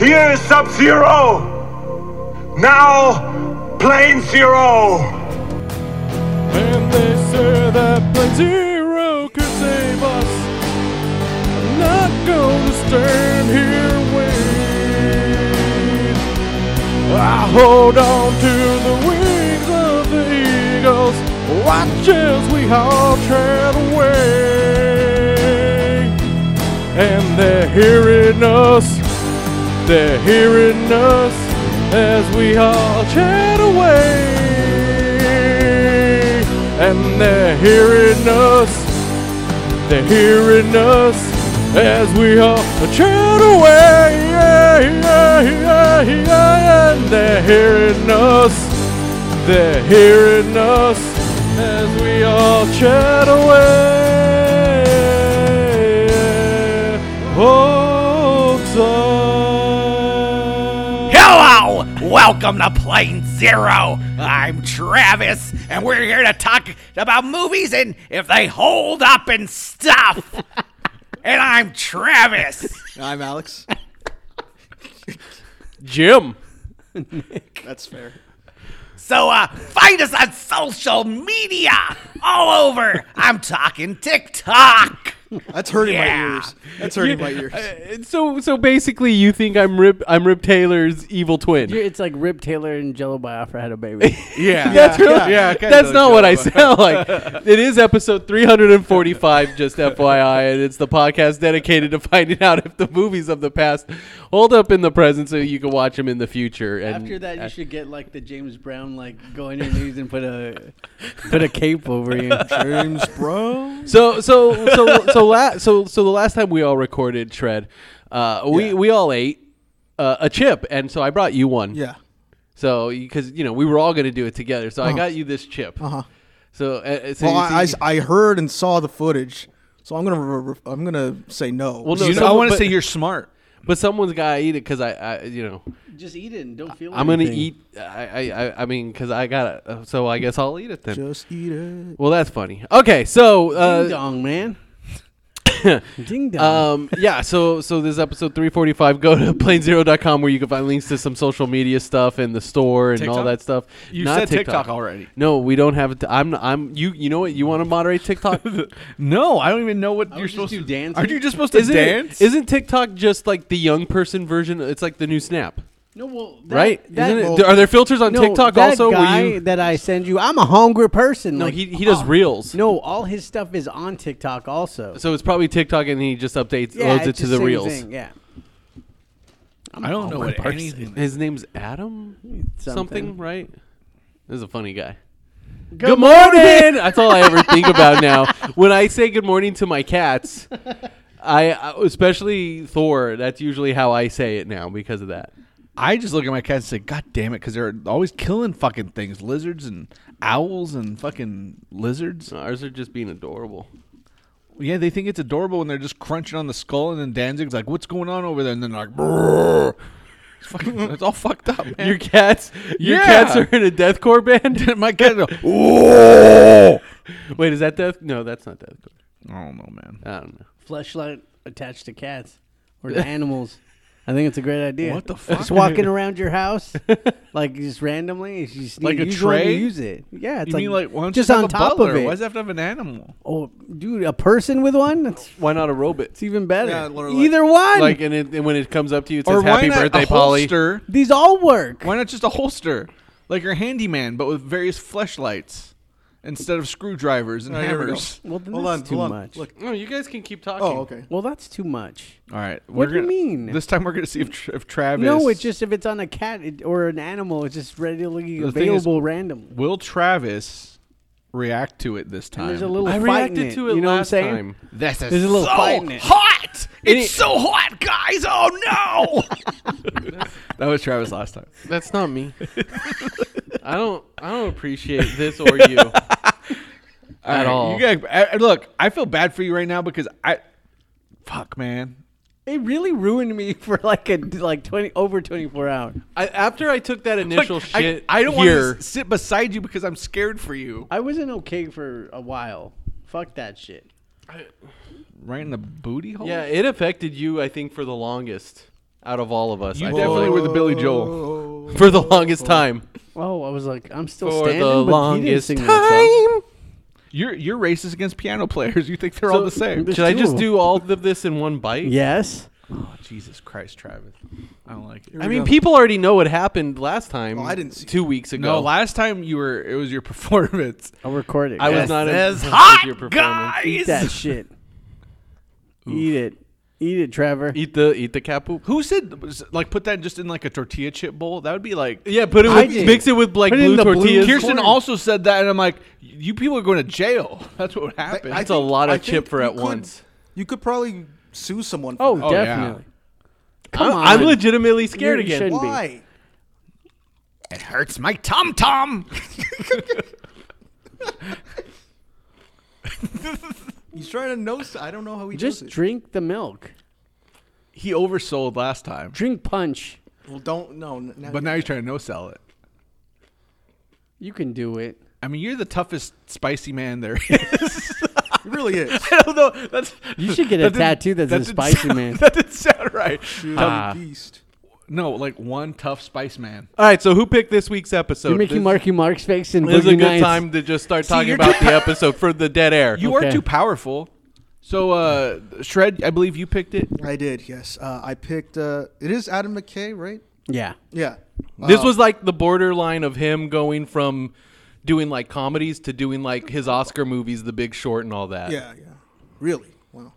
Years Sub Zero! Now, Plane Zero! And they say that Plan Zero could save us. I'm not gonna stand here and wait. I hold on to the wings of the eagles. Watch as we all tread away. And they're hearing us. They're hearing us as we all chat away. And they're hearing us. They're hearing us as we all chat away. Yeah, yeah, yeah, yeah. And they're hearing us. They're hearing us as we all chat away. Folks, Hello! Welcome to Plane Zero. I'm Travis, and we're here to talk about movies and if they hold up and stuff. and I'm Travis. I'm Alex. Jim. That's fair. So uh, find us on social media all over. I'm talking TikTok. That's hurting Yeah. my ears. That's hurting my ears. Uh, So so basically, you think I'm Rip I'm Rip Taylor's evil twin? You're- It's like Rip Taylor and Jello Biafra had a baby. yeah, that's really yeah, it kinda that's does not go what I sound like. It is episode 345, just FYI, and it's the podcast dedicated to finding out if the movies of the past hold up in the present, so you can watch them in the future. And After that, you should get like the James Brown, like go on your knees and put a put a cape over you. James Brown. So so so so la- so so the last time we all recorded Shred, uh, we Yeah. we all ate uh, a chip, and so I brought you one. Yeah. So because you know we were all going to do it together, so I got you this chip. Uh huh. So, uh, so, Uh-huh. Well, you- I, so you- I, I heard and saw the footage, so I'm gonna re- re- I'm gonna say no. Well, no, You know, I someone- want to but- say you're smart. but someone's got to eat it because I, I, you know, Just eat it and don't feel. I'm gonna anything. eat. I, I, I- I mean, because I got to So I guess I'll eat it then. Just eat it. well, that's funny. Okay, so Ding uh, dong, man. Ding dong. um, yeah, so so this is episode 345. Go to planezero.com where you can find links to some social media stuff and the store and all TikTok? that stuff. You Not said TikTok already. No, we don't have. T- I'm. I'm. You. You know what? You want to moderate TikTok? No, I don't even know what I you're would just supposed do to dancing. Aren't you just supposed to isn't dance? It, isn't TikTok just like the young person version? It's like the new Snap, no, well, that, right? That, isn't it? well, Are there filters on no, TikTok that also? guy where you, that I send you, I'm a hungry person. no, like, he he does oh, reels. No, all his stuff is on TikTok also. So it's probably TikTok, and he just updates, yeah, loads it it's to the the same reels. thing, Yeah, I don't know what Person. Oh, anything. His name's Adam something, right? This is a funny guy. Good, Good morning! That's all I ever think about now. When I say good morning to my cats, I I- especially Thor. That's usually how I say it now because of that. I just look at my cat and say, "God damn it!" Because they're always killing fucking things, lizards and owls and fucking lizards. Ours are just being adorable. Yeah, they think it's adorable when they're just crunching on the skull, and then Danzig's like, "What's going on over there?" And then like, "Brrr." It's, fucking, it's all fucked up, man. Your cats, your Yeah. cats are in a deathcore band. my cat. go, "Whoa." Wait, is that death? No, that's not deathcore. I don't know, man. I don't know. fleshlight attached to cats or to animals. I think it's a great idea. What the fuck? Just walking around your house, like just randomly. You just Like a need, you just wanna tray? Use it. Yeah, it's You like, mean like why don't you just have on a top butler? of it. Why does it have to have an animal? Oh, dude, a person with one. It's, Why not a robot? it's even better. Yeah, literally. Either one. Like, and, it, and when it comes up to you, it says why "Happy not birthday, a Polly." holster? These all work. Why not just a holster, like your handyman, but with various fleshlights instead of screwdrivers and All right, here we go. hammers? Well, then Hold that's on, too hold on. much. Look. No, you guys can keep talking. Oh, okay. Well, that's too much. All right, What we're do you gonna- mean? This time we're gonna see if, Tra- if Travis. No, it's just if it's on a cat it- or an animal, it's just readily The thing is- available randomly. will Travis react to it this time. And there's a little I fight in reacted to it you know last what I'm saying? time. This is There's a little so fight in it. hot. Any- It's so hot, guys. Oh no! that was Travis last time. That's not me. I don't. I don't appreciate this or you. At all. You guys, I- I- look, I feel bad for you right now because I, fuck, man. It really ruined me for like a like twenty over twenty four hours. I, after I took that initial Like, I- shit, I, don't here. want to sit beside you because I'm scared for you. I wasn't okay for a while. Fuck that shit. Right in the booty hole. yeah, it affected you. I think for the longest. out of all of us. You I feel definitely like- were the Billy Joel. for the longest time. Oh, I was like, I'm still For standing, the but he didn't longest sing time. that You're you're racist against piano players. You think they're all the same? There's Should I two just of 'em. do all of this in one bite? Yes. Jesus Christ, Travis. I don't like it. I mean, people already know what happened last time. I didn't see two weeks ago. No, last time you were it was your performance. I'll record it. I was guys. not Says impressed with your hot performance. guys. Eat that shit. Eat it. Eat it, Trevor. Eat the eat the capu. Who said like put that just in like a tortilla chip bowl? That would be like Yeah, put it I with, did. mix it with like Put it in blue the blue tortillas. corn. Kirsten also said that, and I'm like, you people are going to jail. That's what would happen. That's a lot of chip for you at could- once. You could probably sue someone. For Oh, that. Oh, yeah. definitely. I'm, Come on. I'm legitimately scared You again. shouldn't be. why? It hurts my tum tum. He's trying to know. I don't know how he Just does it. drink the milk. he oversold last time, Drink punch. well, don't no. n- but now he's trying to no sell it. You can do it. I mean, you're the toughest spicy man there. it really is. I don't know. That's You should get a that didn't- tattoo that's that a didn't spicy sound- man. That didn't sound right. Dude, Ah. beast. No, like one tough spice man. All right, so who picked this week's episode? You're making This- Marky Mark's face and This is a Boogie good Nights. time to just start talking you're about too- the episode for the dead air. You are Okay. too powerful. So, uh, Shred, I believe you picked it. I did. Yes, uh, I picked. Uh, it is Adam McKay, right? Yeah. Yeah. This Uh, was like the borderline of him going from doing like comedies to doing like his Oscar movies, The Big Short, and all that. Yeah, yeah. Really? Wow.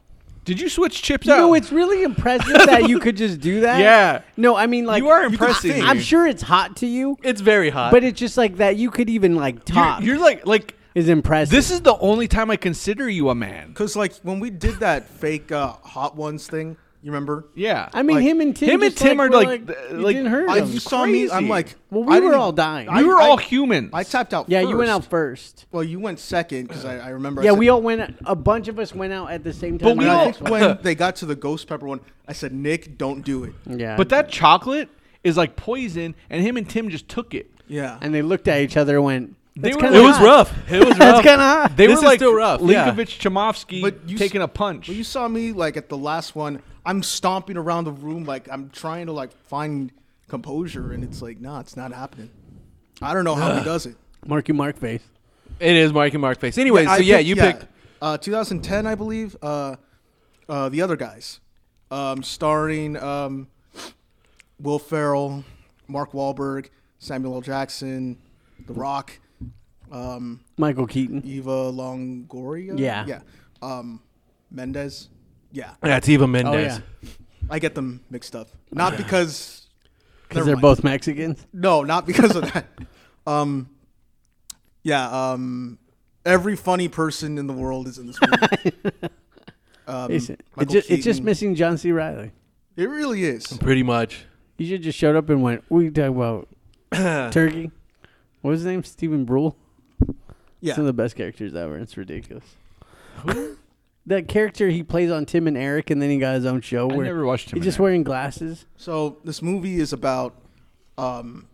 Did you switch chips You out? know, it's really impressive that you could just do that. Yeah. No, I mean, like You are impressive. I, am sure it's hot to you, It's very hot. but it's just like that. You could even like you're, top you're like like is impressive. this is the only time I consider you a man. Because like when we did that fake uh, hot ones thing, you remember? Yeah. I mean, him and Tim. Him and just, Tim like, are were like- like, th- it like- didn't hurt I, him. you saw me. I'm crazy. like, Well, we I were didn't all dying. we I- were I- all humans. I tapped out. Yeah, you went out first. first. Well, you went second because I, I remember. I Yeah, said- we all went. A bunch of us went out at the same time. we And as the I all- next think one. when they got to the ghost pepper one, I said, "Nick, don't do it." Yeah. but that chocolate is like poison, and him and Tim just took it. Yeah. and they looked at each other and went. That's were- kinda it was hot." rough. It was rough. That's kind of hot. They This were is like still rough, yeah. Linkovich Chomovsky But you s- taking a punch. Well, you saw me like at the last one. I'm stomping around the room like I'm trying to like find composure, and it's like, nah, it's not happening. I don't know how he does it. Marky Mark face. it is Marky Mark face. Anyway, I so yeah, picked- you picked. uh, 2010, I believe. Uh, uh, the other guys, um, starring um, Will Ferrell, Mark Wahlberg, Samuel L. Jackson, The Rock, um, Michael Keaton. Eva Longoria. Yeah. yeah. Um, Mendez. Yeah, That's Eva Oh Mendes. yeah, I get them mixed up. Not because because Never they're mind. both Mexicans. Mm. No, not because of that. Um, yeah. Um, every funny person in the world is in this movie. Um, It's, it's Michael ju- it's just Keaton. missing John C. Riley. It really is. Pretty much. You should just showed up and went. We talk about turkey. What was his name? Stephen Brule. Some of Yeah. the best characters ever. It's ridiculous. that character he plays on Tim and Eric, and then he got his own show. I Where never watched him. in He's just there. wearing glasses. So this movie is about um,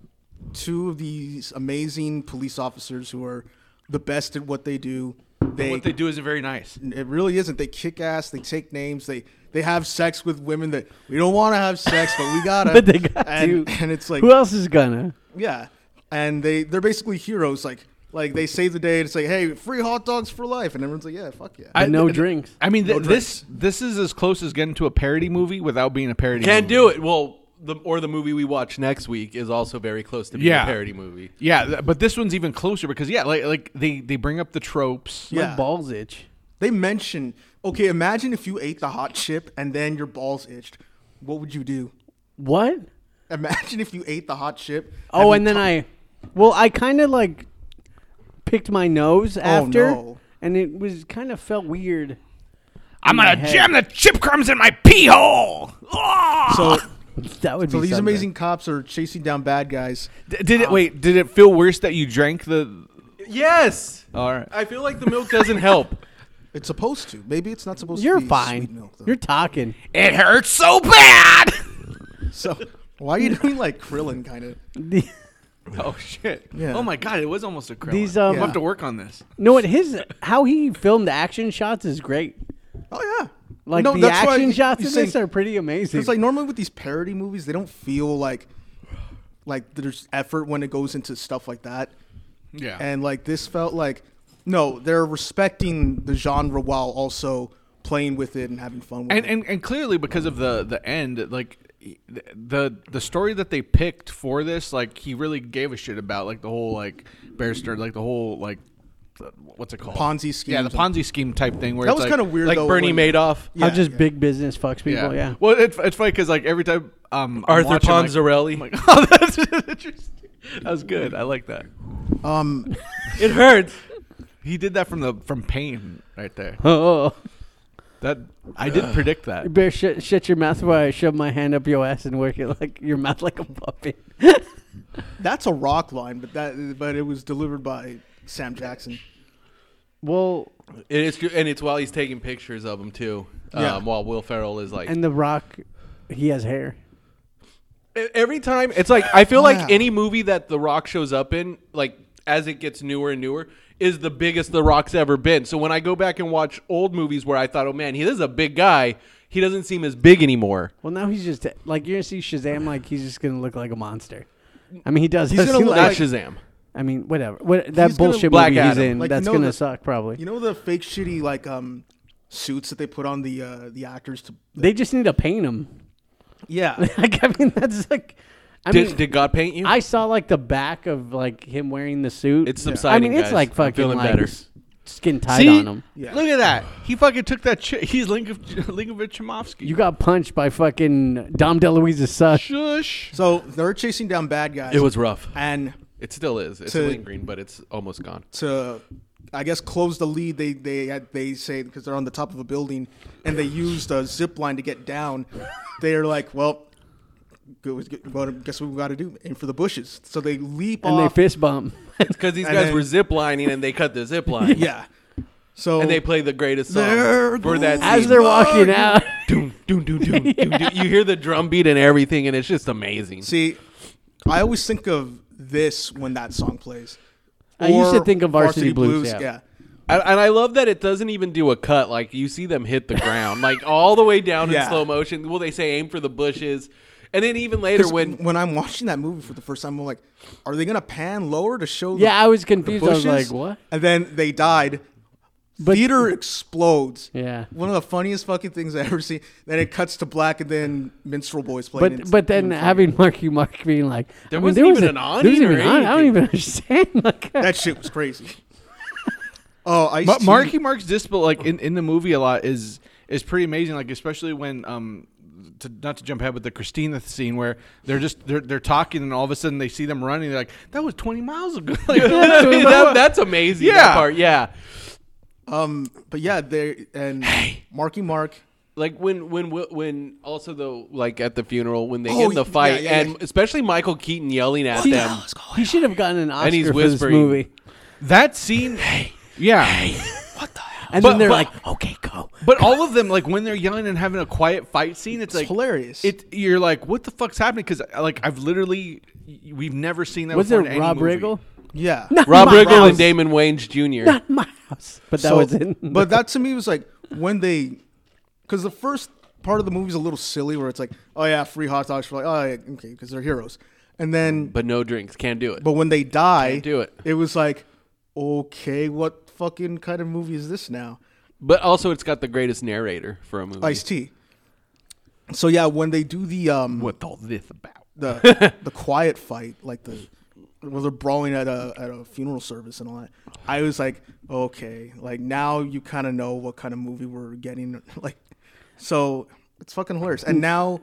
two of these amazing police officers who are the best at what they do. They, what they do isn't very nice. It really isn't. They kick ass. They take names. They they have sex with women that we don't want to have sex, but we gotta. But they got and, to. And it's like Who else is gonna? Yeah, and they they're basically heroes. Like like they save the day and it's like, hey, free hot dogs for life, and everyone's like, yeah, fuck yeah. But I- no th- drinks. I mean, th- No this this is as close as getting to a parody movie without being a parody. Can't movie. do it. Well, the or the movie we watch next week is also very close to being Yeah. a parody movie. Yeah, th- but this one's even closer because yeah, like like they they bring up the tropes. My yeah, balls itch. they mention. Okay, imagine if you ate the hot chip and then your balls itched. What would you do? What? Imagine if you ate the hot chip. Oh, you and then t- I, well, I kind of like picked my nose after, Oh, no. and it was kind of felt weird. I'm my gonna head. jam the chip crumbs in my pee hole. Oh! so That would so be these something. amazing cops are chasing down bad guys. D- did it? Wait, did it feel worse that you drank the? Yes. All right. I feel like the milk doesn't help. It's supposed to. Maybe it's not supposed You're to. be fine. Sweet milk, though. You're talking. it hurts so bad. so why are you doing like Krillin kind of? The- Oh shit! Yeah. Oh my god, it was almost a crowd. These, um, i have to work on this. no, what his how he filmed the action shots is great. Oh yeah. Like No, the that's why action you- shots you in say- this are pretty amazing. It's like normally with these parody movies, they don't feel like like there's effort when it goes into stuff like that. Yeah. And like this felt like no, they're respecting the genre while also playing with it and having fun with and it. and, and clearly because of the the end like the the story that they picked for this like he really gave a shit about like the whole like bear stearns like the whole like what's it called Ponzi scheme. yeah the ponzi scheme type thing where That it's like- was kind of weird like though. Bernie when- Madoff, How yeah, just yeah. big business fucks yeah. people. Yeah. well it's it's funny because like every time um I'm Arthur watching, like- Ponzarelli. I'm like, oh that's interesting that was good i like that Um, it hurts. he did that from the from pain right there Oh, that i did predict that you better shut, shut your mouth while I shove my hand up your ass and work it like your mouth like a puppet. that's a rock line, but that but it was delivered by Sam Jackson. well, It is, true, and it's while he's taking pictures of him too. Um, Yeah. While Will Ferrell is like, and The Rock, he has hair. E- every time it's like I feel Wow. like any movie that The Rock shows up in, like as it gets newer and newer, is the biggest The Rock's ever been. So when I go back and watch old movies where I thought, oh man, he this is a big guy, he doesn't seem as big anymore. Well, now he's just like you're gonna see Shazam. Like he's just gonna look like a monster. I mean, he does. He's does gonna he, look Not like, like- Shazam. I mean, whatever. What that He's gonna bullshit Black movie he's Adam. in. Like, you that's know gonna the- suck probably. You know the fake shitty like um suits that they put on the uh, the actors to they just need to paint him. yeah. like I mean, that's like. I Did, mean, did God paint you? I saw like the back of like him wearing the suit. It's I subsiding, mean, it's guys. like I'm fucking feeling like, better. s- skin tight See? on him. Yeah. Look at that. He fucking took that. Ch- he's Linkov- Linkovich Chimovsky. You got punched by fucking Dom DeLuise's son. shush. So they're chasing down bad guys. it was rough. and It still is. It's To- lingering, but it's almost gone. to I guess close the lead. They they had- they say because they're on the top of a building and they used a zip line to get down. They're like, well, go, go, guess what we got to do? Aim for the bushes. So they leap And they off. fist bump. It's because these And guys then- were zip lining and they cut the zip line. yeah. So And they play the greatest song There for that goes As scene. they're walking out, doom, doom, doom, doom, doom, doom. You hear the drum beat and everything, and it's just amazing. see. I always think of this when that song plays. I used to Or think of Varsity Blues, yeah. And, and I love that it doesn't even do a cut. Like you see them hit the ground, like all the way down in Yeah. slow motion. Well, they say aim for the bushes, and then even later 'Cause when When I'm watching that movie for the first time, I'm like, are they gonna pan lower to show? the- yeah, I was the confused. I was bushes? like, what? And then they died. But- Theater explodes. Yeah. One of the funniest fucking things I ever seen. Then it cuts to black, and then minstrel boys playing. But but then having Marky Mark being like, There I mean, wasn't there was even a- an on there wasn't or even an on. I don't anything. even understand. Like, that shit was crazy. Oh, I Ma- Marky Mark's dispo like in, in the movie a lot is is pretty amazing. Like especially when um. To, not to jump ahead, but the Christina scene where they're just they're, they're talking and all of a sudden they see them running. They're like, "That was twenty miles ago." Like, I mean, that- that's amazing. Yeah, Yeah. part, yeah. Um, but yeah, they and Marky Mark. Like when when Wi- when also though like at the funeral when they Oh, end the yeah, fight yeah, yeah. and especially Michael Keaton yelling at he, them. he should have gotten an Oscar he's for this whispering. movie. that scene, yeah. And But- then they're but- like, okay, go. But all of them, like when they're yelling and having a quiet fight scene, it's, like hilarious. It you're like, what the fuck's happening? Because like I've literally, we've never seen that. Was before there in any Rob movie. Riggle? Yeah. Rob My Riggle and house. Damon Wayans Jr. Not my house. But that So- was in. but that to me was like when they, because the first part of the movie is a little silly where it's like, oh yeah, free hot dogs for like, oh yeah, okay, because they're heroes. And then but no drinks, can't do it. But when they die, Can't do it. It was like, okay, what fucking kind of movie is this now? But also, it's got the greatest narrator for a movie. Ice T. So yeah, when they do the um What's all this about? the the quiet fight, like the where they're brawling at a at a funeral service and all that, I was like, okay, like now you kind of know what kind of movie we're getting. Like, so it's fucking hilarious. And now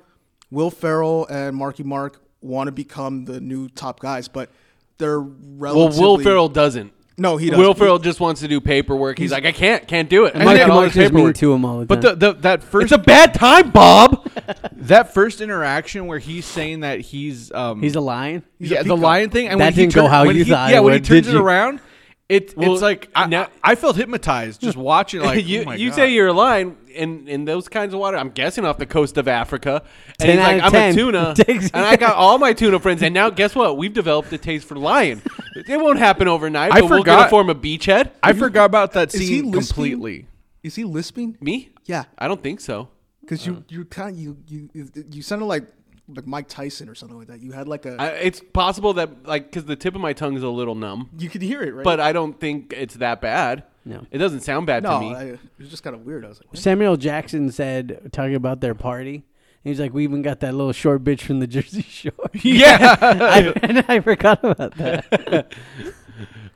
Will Ferrell and Marky Mark want to become the new top guys, but they're Well, relatively Will Ferrell doesn't. No, he doesn't. Will Ferrell just wants to do paperwork. He's, like, I can't, can't do it. I Marky got all Mark this is mean paperwork. to him all the time. But the, the that first It's a bad time, Bob. that first interaction where he's saying that he's um he's a lion. yeah the lion thing and That when he didn't go turn- how when you he- thought yeah it when would, he turns did it you? around it Well, it's like I, now- I felt hypnotized just watching like you oh my you God. say you're a lion in, in those kinds of water. I'm guessing off the coast of Africa. And 10 he's out like, of I'm 10. a tuna, Takes- and I got all my tuna friends. And now, guess what? We've developed a taste for lion. it won't happen overnight. I but We're forgot- gonna form a beachhead. I forgot about that he scene listening? completely Is he lisping? Me? Yeah, I don't think so. because Uh. you you kind you you you sounded like like Mike Tyson or something like that. You had like a I, it's possible that like because the tip of my tongue is a little numb, you could hear it right. but I don't think it's that bad. No. it doesn't sound bad no, to me. I, it was just kind of weird. I was like, what? Samuel Jackson said, talking about their party, and he's like, "We even got that little short bitch from the Jersey Shore." Yeah. I, and I forgot about that.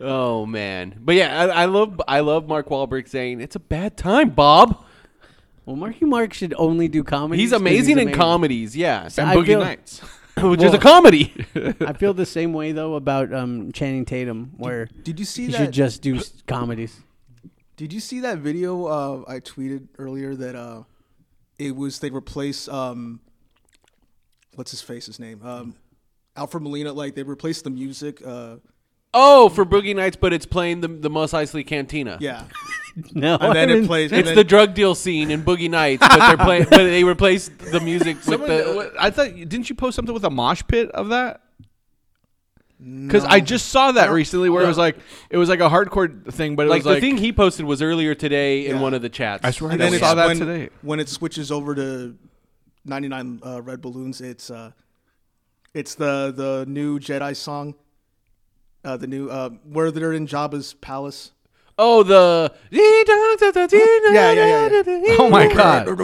oh man, but yeah, I, I love I love Mark Wahlberg saying it's a bad time, Bob. Well, Marky Mark should only do comedy. He's amazing, in comedies. Yeah, And I Boogie feel- Nights. which is Well- a comedy. I feel the same way though about um, Channing Tatum, where Did you see he that? should just do s- comedies. Did you see that video uh, I tweeted earlier that uh, it was they replace um, what's his face his name um, Alfred Molina like they replaced the music uh, oh, for Boogie Nights, but it's playing the the Mos Eisley Cantina. yeah No, and then I it didn't- plays and It's then- the drug deal scene in Boogie Nights, but they're playing. but they replaced the music with Someone- the. what- I thought didn't you post something with a mosh pit of that? Because I just saw that recently, where it was like it was like a hardcore thing, but it like was like the thing he posted was earlier today in Yeah. one of the chats. I swear and I then saw it's that when, today. when it switches over to 99 uh, red balloons it's uh, it's the the new Jedi song uh, the new uh, where they're in Jabba's palace Oh, the yeah yeah yeah, yeah. Oh my god! yeah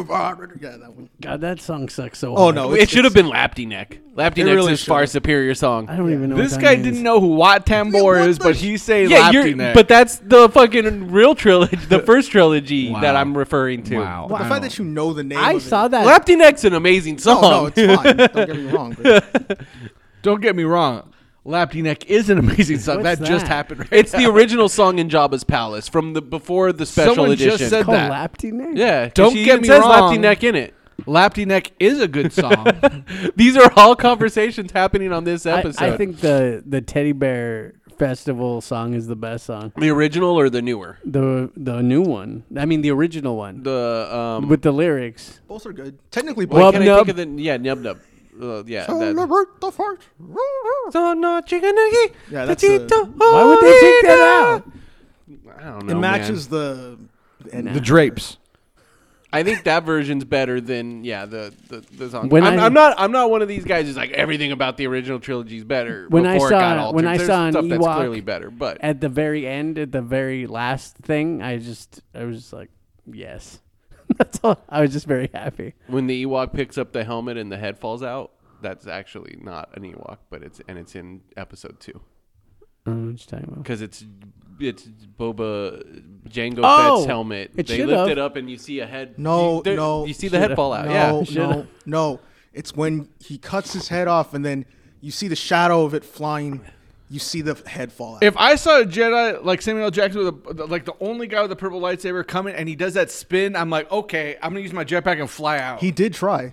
that one. God, that song sucks so. oh hard. no it it's- should have been Lapty Neck. Lapty Neck's really is far should've. superior I song. don't even know. This what guy time it didn't is. know who Wat Tambor What is, the but sh- he's saying Yeah, Lapty you're, Neck. but that's the fucking real trilogy, the first trilogy that I'm referring to. wow. the fact that you know the name I of it- saw that. Lapty Neck's an amazing song. Oh, no, it's fine. Don't get me wrong. But Don't get me wrong, Lapty Neck is an amazing song. What's That, just that? happened. Right It's the now. original song in Jabba's Palace from the before the special Someone just edition. said called that. Lapty Neck. yeah, 'cause Don't she get even me says wrong. Lapty Neck in it. Lapty Neck is a good song. These are all conversations happening on this I, episode. I think the the teddy bear festival song is the best song. the original or the newer, The the new one. I mean the original one the um, with the lyrics. both are good. Technically, Well, both. Can Nub. I think of the yeah nub nub? Uh, yeah, that. Celebrate the fart. So no chicken nugget. Yeah, that's a- Why would they take that out? I don't know. It man. matches the. And the Drapes. I think that version's better than yeah the the, the song. When I'm, I- I'm not I'm not one of these guys who's like everything about the original trilogy's better. When I before it got saw- altered. when I There's saw an stuff that's Ewok clearly better, but At the very end, at the very last thing, I just I was just like, yes. That's all. I was just very happy. when the Ewok picks up the helmet and the head falls out, that's actually not an Ewok, but it's and it's in episode two I don't know what you're talking about. because it's it's Boba Jango Oh, Fett's helmet. it they should've. lift it up and you see a head. No, you, there- no, you see the head should've. fall out. no, yeah, no, no. It's when he cuts his head off, and then you see the shadow of it flying. You see the head fall out. If I saw a Jedi like Samuel L. Jackson with a, like the only guy with a purple lightsaber coming and he does that spin, I'm like, okay, I'm gonna use my jetpack and fly out. he did try.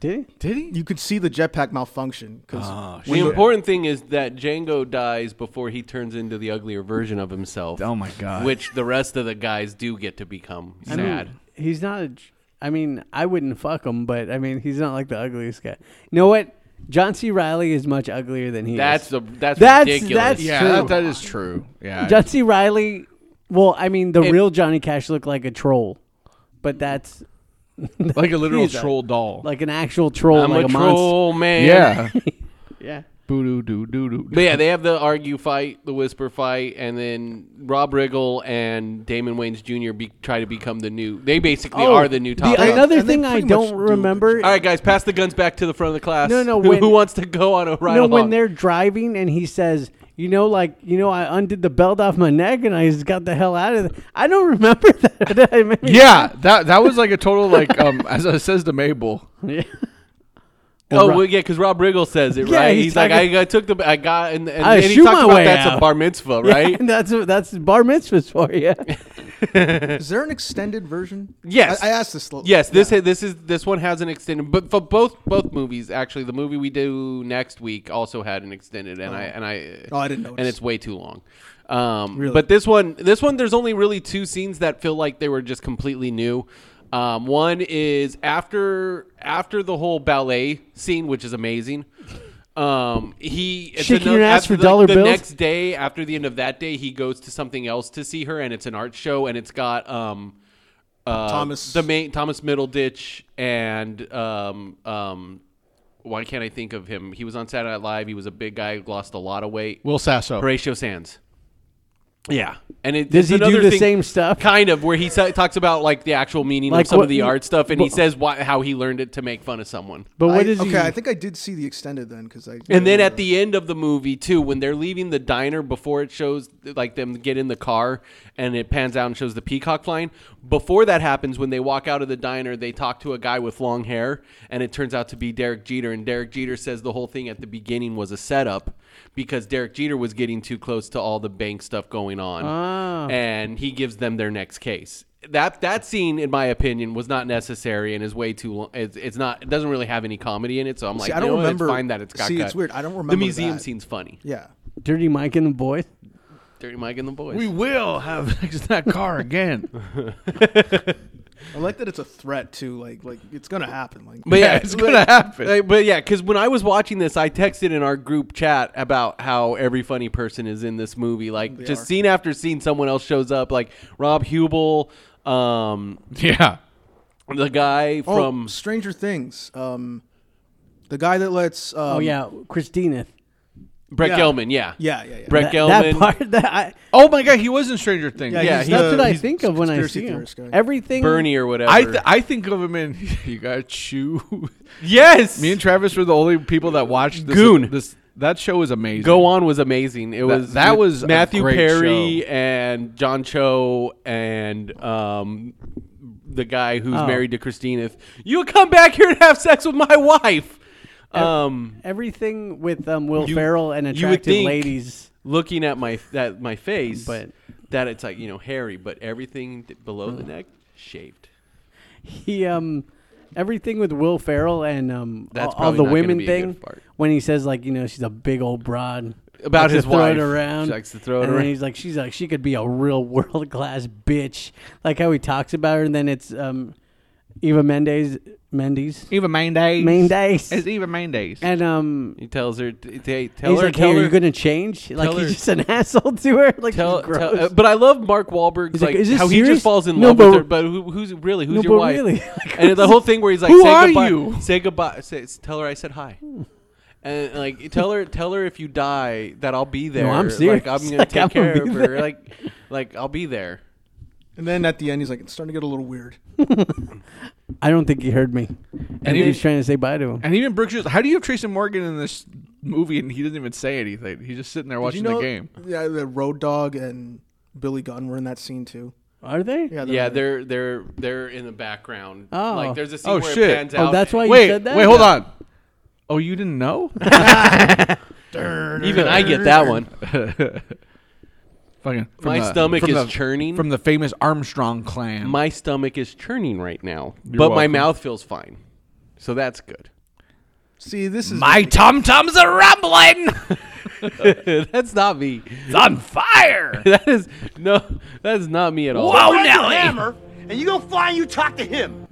Did he? did he? You could see the jetpack malfunction because The important thing is that Django dies before he turns into the uglier version of himself. Oh my God. Which the rest of the guys do get to become I sad. mean, he's not. A, j- I mean, I wouldn't fuck him, but I mean, he's not like the ugliest guy. You know what? John C. Riley is much uglier than he that's is. the that's, That's- ridiculous. that's- Yeah, True. that, that is true. Yeah. John C. Riley. Well, I mean, the real Johnny Cash looked like a troll, but that's like a literal He's a- troll doll. like an actual troll, I'm like a monster. troll man. yeah. Yeah. Boo doo doo doo doo. But yeah, they have the argue fight, the whisper fight, and then Rob Riggle and Damon Wayans Jr. Be, try to become the new. They basically are the new top. Oh, The, guys. another And they thing I pretty much don't do a good remember. All right, guys, pass the guns back to the front of the class. No, no, Who, when- who wants to go on a ride? no, along? when they're driving and he says, "You know, like you know, I undid the belt off my neck and I just got the hell out of it." I don't remember that. I mean, Yeah, that that was like a total like um as it says to Mabel. yeah. Oh Ro- well, yeah, because Rob Riggle says it, Yeah, right? he's He's, like, talking- I, I took the, I got, and, and, I and he shoot talks my about way that's out. a bar mitzvah, right? Yeah, that's that's bar mitzvahs for you. is there an extended version? Yes. I, I asked this. Yes, this this is this one has an extended, but for both both movies, actually, the movie we do next week also had an extended, and I and I Oh, I didn't and notice. it's way too long. Um, Really? But this one, this one, there's only really two scenes that feel like they were just completely new. Um, one is after after the whole ballet scene, which is amazing. Um, he it's Shaking another- your ass after, for dollar the bills? next day after the end of that day, he goes to something else to see her, and it's an art show, and it's got um, uh, Thomas- the main Thomas Middleditch and um um why can't I think of him? He was on Saturday Night Live. He was a big guy who lost a lot of weight. Will Sasso. Horatio Sands. Yeah, and it, it's Does he do another the thing- same stuff? Kind of, where he sa- talks about like the actual meaning Like of some what- of the art stuff, and he but- says why, how he learned it to make fun of someone. But what I- is okay, he? I think I did see the extended then because I. And then at the end of the movie too, when they're leaving the diner before it shows like them get in the car and it pans out and shows the peacock flying. Before that happens, when they walk out of the diner, they talk to a guy with long hair, and it turns out to be Derek Jeter. And Derek Jeter says the whole thing at the beginning was a setup because Derek Jeter was getting too close to all the bank stuff going on, and he gives them their next case. That that scene, in my opinion, was not necessary and is way too long. It's, it's not. It doesn't really have any comedy in it, so I'm like, I you don't know what, it's remember- fine that it's got see, cut. it's weird. I don't The remember museum that. scene's funny. Yeah. Dirty Mike and the boys. Dirty Mike and the boys. We will have sex in that car again. I like that it's a threat too. Like like it's gonna happen. Like but yeah, it's gonna happen. like, but yeah, because when I was watching this, I texted in our group chat about how every funny person is in this movie. Like just are. scene after scene, someone else shows up. Like Rob Hubel, um, yeah. the guy oh, from Stranger Things. Um, the guy that lets. Um, Oh yeah, Christina. Brett yeah. Gelman. Yeah, Yeah yeah yeah. Brett That, that Gelman. part that I, Oh my god, he was in Stranger Things. Yeah, yeah, he's he- that's the- what I he's think of when I conspiracy see him. theorist guy. Everything. Bernie or whatever. I, th- I think of him in you got chew. yes, Me and Travis were the only people that watched this, Goon. This that show is amazing. Go On was amazing. It was that with was a Matthew great Perry show. and John Cho and um the guy who's Oh. married to Christina. You come back here and have sex with my wife. Um, Everything with um, Will You- Ferrell and you would attractive think- ladies. looking at my that my face, But- that it's like you know hairy, but everything th- below the neck shaved. He um, everything with Will Ferrell and um, That's all, all probably the not gonna women be a good thing. part. When he says like you know she's a big old broad. About likes to his throw it wife. around. She likes to throw it and around. then he's like she's like she could be a real world class bitch. Like how he talks about her, and then it's um, Eva Mendes Mendes. Eva Mendes. Mendes. It's Eva Mendes. And um, He tells her, t- t- hey, tell he's her, like, tell "Hey, are her, you gonna change?" Like her- he's just an asshole to her. Like tell, she's gross. tell- uh, but I love Mark Wahlberg. He's like, like, "Is this how he serious?" just falls in No, love but- with her. But who, who's really who's No, your but wife? really. and the whole thing where he's like, Who "Say are goodbye, you?" say goodbye, say, tell her I said hi." And like, tell her, tell her if you die that I'll be there. I'm Like, serious. I'm gonna Like, take I'm gonna care of be her. there. Like, like I'll be there. And then at the end, he's like, it's starting to get a little weird. I don't think he heard me. And he even- was trying to say bye to him. and even Brooks. Shields- How do you have Tracy Morgan in this movie and he doesn't even say anything? He's just sitting there Did watching you know? the game. Yeah, the Road Dog and Billy Gunn were in that scene too. Are they? Yeah. Yeah, they're they're they're in the background. Oh. like there's a scene Oh, where shit. it pans Oh, out. that's why you Wait, said that. wait, hold on. Oh, you didn't know? Even I get that one. Fucking from My the- stomach from is the- churning. from the famous Armstrong clan. My stomach is churning right now, but my welcome. mouth feels fine, so that's good. See, this is My tum tums are rumbling. that's not me. It's on fire. that is no, that is not me at all. Whoa, Nelly. and you go fly and you talk to him.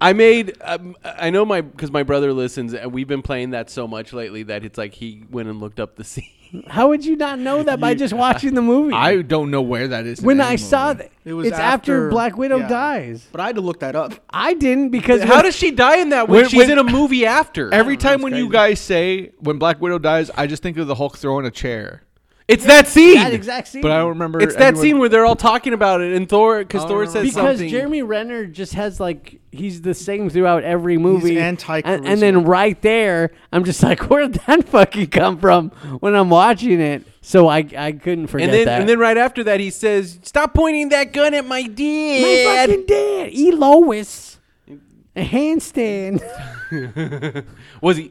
I made. Um, I know my because my brother listens, and we've been playing that so much lately that it's like he went and looked up the scene. How would you not know that by just watching the movie? I don't know where that is. in when any I saw movie. that, It was it's after, after- Black Widow yeah. dies. But I had to look that up. I didn't because How does she die in that? When, When- she's when- in a movie after. Every time when you guys say when Black Widow dies, I just think of the Hulk throwing a chair. it's that scene. that exact scene? But I don't remember. It's that anyone- scene where they're all talking about it, and Thor Oh, because I Thor don't says because something. Jeremy Renner just has like he's the same throughout every movie. and, and anti-charisma. then right there, I'm just like, where did that fucking come from? When I'm watching it, so I I couldn't forget and then that. and then right after that he says, "Stop pointing that gun at my my dad." fucking dad, E. Lois, a handstand. Was he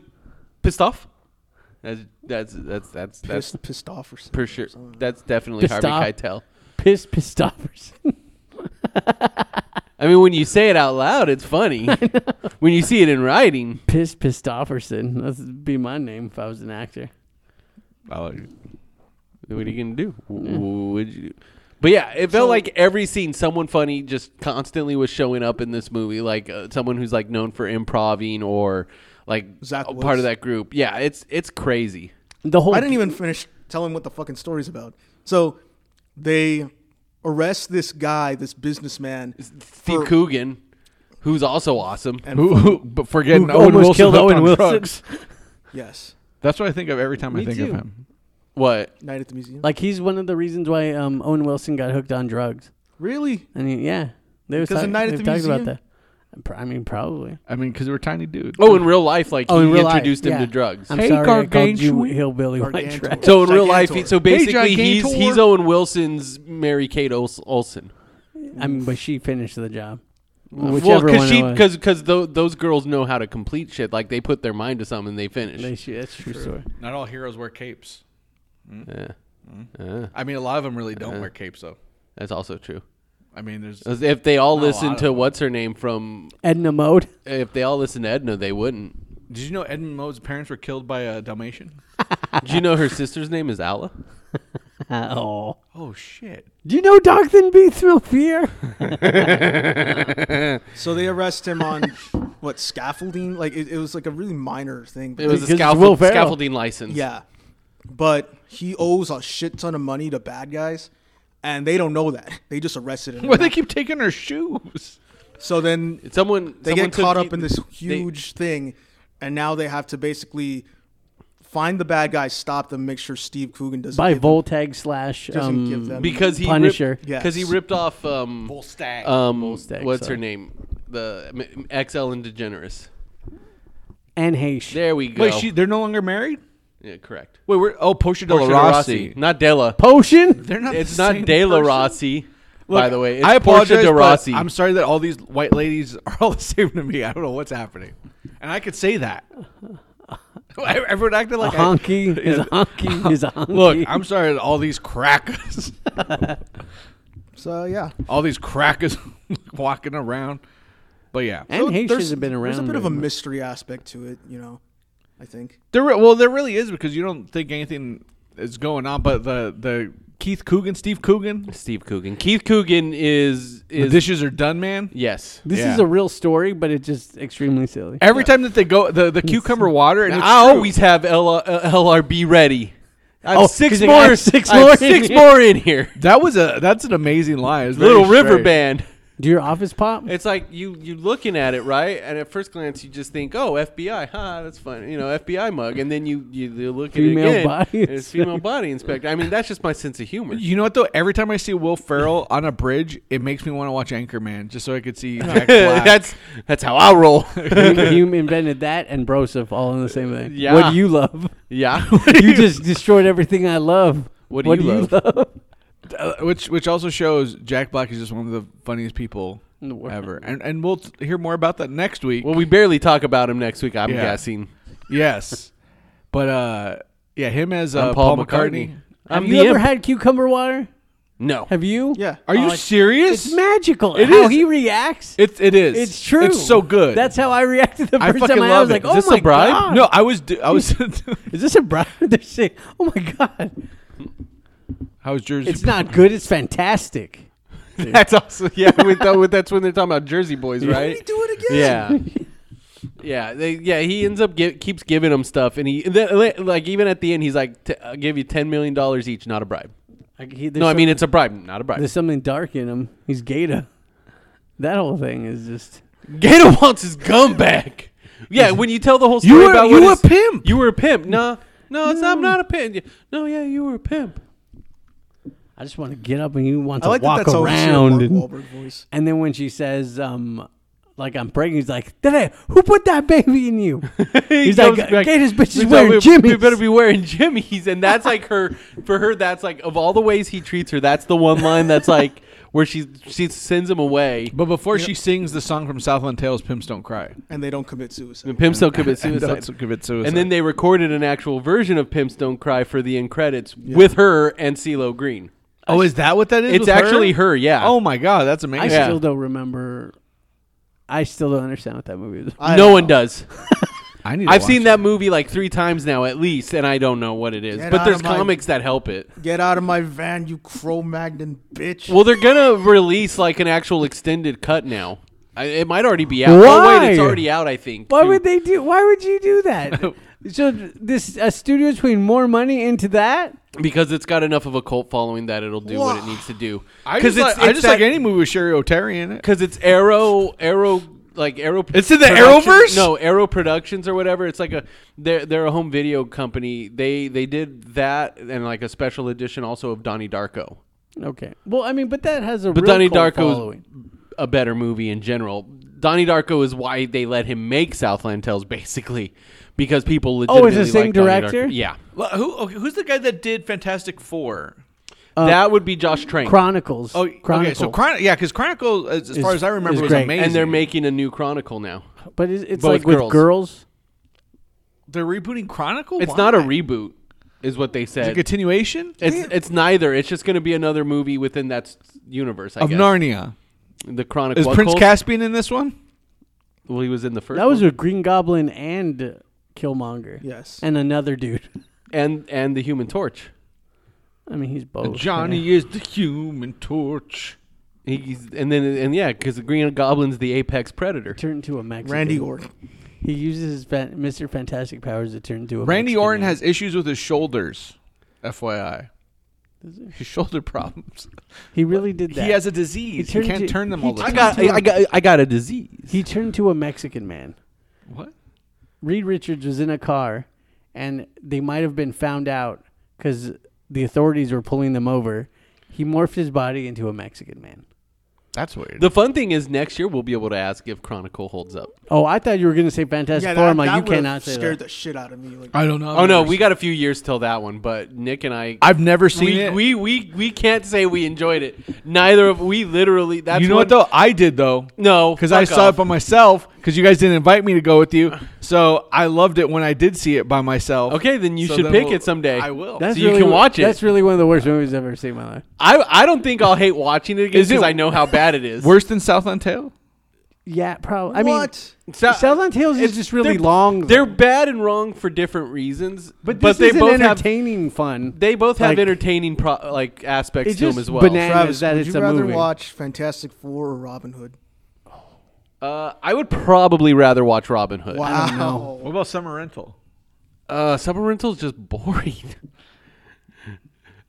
pissed off? That's that's that's that's that's Pissed, pissed off or something. for sure. That's definitely Pissed Harvey off. Keitel. Piss Pistoffers. I mean, when you say it out loud, it's funny. when you see it in writing, Piss Pistofferson. That'd be my name if I was an actor. what are you gonna do? Would you? But yeah, it felt like every scene, someone funny just constantly was showing up in this movie, like uh, someone who's like known for improving or like Zach a part Woods. of that group. Yeah, it's it's crazy. The whole I didn't even finish telling what the fucking story's about. So they arrest this guy, this businessman. Steve for- Coogan, who's also awesome. Who, who, but for getting Who Owen almost Wilson killed hooked Owen on Wilson. drugs. Yes, That's what I think of every time I Me think of too. him. What? night at the museum. Like he's one of the reasons why um, Owen Wilson got hooked on drugs. really? And he, yeah, they was Because of talk- Night at they've the talked about Museum? that. Pr- I mean, probably. I mean, because we're tiny dudes. Oh, in real life, like Oh, he in real life, introduced him yeah. to drugs. I'm Hey, sorry, I called you gargantuan. hillbilly white Gargantuan. trash. so in real life, he, Gigantor. so basically he's Gigantor. he's Owen Wilson's Mary Kate Ols- Olsen. I mean, but she finished the job. well, Whichever one she it was. because because those girls know how to complete shit. Like they put their mind to something, and they finish. They should- that's a true story. Not all heroes wear capes. yeah, Hmm. I mean, a lot of them really don't wear capes, though. that's also true. I mean, there's. If they all lot listen of to them. what's her name from, Edna Mode. if they all listen to Edna, they wouldn't. Did you know Edmund Mode's parents were killed by a Dalmatian? Do you know her sister's name is Alla? Oh. Oh shit! Do you know Dogthin beats Milfier? So they arrest him on what scaffolding? Like it, it was like a really minor thing. But It was a Because it's Will scaffold, Ferrell. scaffolding license. yeah, but he owes a shit ton of money to bad guys, and they don't know that. They just arrested him. Why they keep taking her shoes? so then Someone they someone get caught took- up in this huge thing, and now they have to basically find the bad guy, stop them, make sure Steve Coogan doesn't By give them- Voltag slash doesn't um, give them because he Punisher. Yes. because he ripped off um Volstagg. um Volstagg, what's her sorry. name the M- M- XL and DeGeneres. and Haish. There we go. Wait, she, they're no longer married. yeah, correct. Wait, we're oh Portia de la Portia de Rossi. not Della. Potion. They're not. it's the not same De La person? Rossi. by the way, it's I apologize. Portia de but Rossi. I'm sorry that all these white ladies are all the same to me. I don't know what's happening, and I could say that. Everyone acted A like I- honky is a honky is a honky. Look, I'm sorry that all these crackers, So yeah, all these crackers walking around. But yeah, and So Haish there's- has been around. There's a bit of a very much. mystery aspect to it, you know. I think there re- well, there really is because you don't think anything is going on. But the the Keith Coogan, Steve Coogan, Steve Coogan. Keith Coogan is the is dishes are done, man. yes. This Yeah. is a real story, but it's just extremely silly. Every time that they go, the, the cucumber water, and it's I true. always have L- uh, LRB ready. I have Oh, six he's like, more. I have six I have more in six here. more in here. That was a that's an amazing line. It's very Little River straight. Band. Do your office pop? It's like you you looking at it right, and at first glance you just think, oh FBI, ha, that's fun, you know FBI mug, and then you you, you look Female at it again, body and it's female inspector. body inspector. I mean that's just my sense of humor. You know what though? Every time I see Will Ferrell on a bridge, it makes me want to watch Anchorman just so I could see Jack Black. that's that's how I roll. Hume, Hume invented that and Broseph all in the same thing. Yeah. What do you love? yeah, You just destroyed everything I love. What do you love? Uh, which which also shows Jack Black is just one of the funniest people In the world. ever. And and we'll t- hear more about that next week. well we barely talk about him next week. I'm Yeah. guessing. yes, but uh, yeah, him as uh, I'm Paul, Paul McCartney. McCartney. Have I'm you the ever imp. had cucumber water? No, Have you? yeah. Are you serious? It's magical. It how is. he reacts. It's it is. It's true. It's so good. That's how I reacted the I first fucking time. I love was it. like, Is "Oh this my a bribe? god!" No, I was do- I was is this a bribe? They're saying, "Oh my god!" How was Jersey? It's not good. It's fantastic. that's also yeah. With, that- with- that's when they're talking about Jersey Boys, right? Do it again. Yeah. Yeah, they, yeah, he ends up gi- keeps giving him stuff, and he then, like even at the end, he's like, "T- "I'll give you ten million dollars each, not a bribe." Like, he- there's No, I some- mean it's a bribe, not a bribe. there's something dark in him. He's Gata. That whole thing is just. Gator wants his gum back. Yeah, when you tell the whole story You were- about what you were a his- pimp. you were a pimp. No, no, it's not. I'm not a pimp. Yeah. No, yeah, you were a pimp. I just want to get up and you want I to like that walk that's always your around. Mark Wahlberg and- voice. And then when she says, um, like I'm pregnant, he's like, "Dad, who put that baby in you? He's He like, goes back, "Get his bitches "We- wearing we- Jimmy's." We better be wearing Jimmy's, and that's like her. For her, that's like of all the ways he treats her, that's the one line that's like where she she sends him away. But before she sings the song from Southland Tales, "Pimps Don't Cry," And they don't commit suicide. And Pimps don't commit suicide. don't commit suicide. And then they recorded an actual version of Pimps Don't Cry for the end credits with her and CeeLo Green. Oh, is that what that is? It's with actually her, yeah. Oh my god, that's I amazing. Yeah. still don't remember. I still don't understand what that movie is. I no don't one know. does. I need. to I've watch seen it. that movie like three times now at least, and I don't know what it is. Get but out there's of my- comics that help it. Get out of my van, you Cro-Magnon bitch. Well, they're gonna release like an actual extended cut now. I, it might already be out. Oh wait, it's Why? already out. I think. Why too. would they do? Why would you do that? So this a studio putting more money into that. because it's got enough of a cult following that it'll do what it needs to do. I just, it's, like, I it's just like that- any movie with Sherry O'Terry in it. because it's Arrow, Arrow, like Arrow. It's in the Production- Arrowverse? No, Arrow Productions or whatever. It's like a they're they're a home video company. They they did that and like a special edition also of Donnie Darko. Okay. Well, I mean, but that has a But real Donnie cult Darko is following. a better movie in general. Donnie Darko is why they let him make Southland Tales, basically, because people Oh, legitimately it's the same like Donnie director? Darko. Yeah, Well, who okay, who's the guy that did Fantastic Four? Uh, that would be Josh Trank. Chronicles. Oh, okay. Chronicle. So Chronicle, yeah, because Chronicle, as, as Is- far as I is remember, was great. amazing. and they're making a new Chronicle now. but it's, it's but like with with girls. girls. They're rebooting Chronicle. It's Why? not a reboot, is what they It's a said. continuation It's it's neither. It's just going to be another movie within that s- universe. I of guess. Narnia. The Chronic. Is what Prince cult? Caspian in this one? Well, he was in the first. That was one. with Green Goblin and Killmonger. Yes. And another dude. and and the Human Torch. I mean, he's Oh, both. yeah. is the Human Torch. He- He's, and then and yeah, because the Green Goblin's the apex predator. Turned into a Mexican. Randy Orton. He uses his fan- Mr. Fantastic powers to turn into a Randy Mexican Orton man. has issues with his shoulders. FYI, his shoulder problems. He really did that. He has a disease. He, turned can't to- turn them he all the turned time. to a- got I got a disease. He turned into a Mexican man. What? Reed Richards was in a car, and they might have been found out because the authorities were pulling them over. He morphed his body into a Mexican man. That's weird. The fun thing is next year we'll be able to ask if Chronicle holds up. Oh, I thought you were going to say Fantastic Yeah, Four. that, I'm like, that you would've cannot say scared that. the shit out of me. Like, I don't know. Oh no, we got a few years till that one, but Nick and I I've never seen we, it. we we we can't say we enjoyed it. Neither of we literally that's you know what one- though? I did though. No, because I fuck saw off. it by myself. Because you guys didn't invite me to go with you, so I loved it when I did see it by myself. Okay, then you So should then pick we'll- it someday. I will. That's So you can one- watch it. That's really one of the worst movies I've ever seen in my life. I I don't think I'll hate watching it again Is it- because I know how bad it is. Worse than Southland Tale. Yeah, probably. I What? mean, So- Southland Tales is just really they're, long. though. They're bad and wrong for different reasons, but this but they is an both have entertaining fun. they both have like- entertaining pro, like aspects It's to them just as well. bananas. Travis, that would it's you a rather movie. watch Fantastic Four or Robin Hood? Uh, I would probably rather watch Robin Hood. Wow. What about Summer Rental? Uh, Summer Rental's just boring.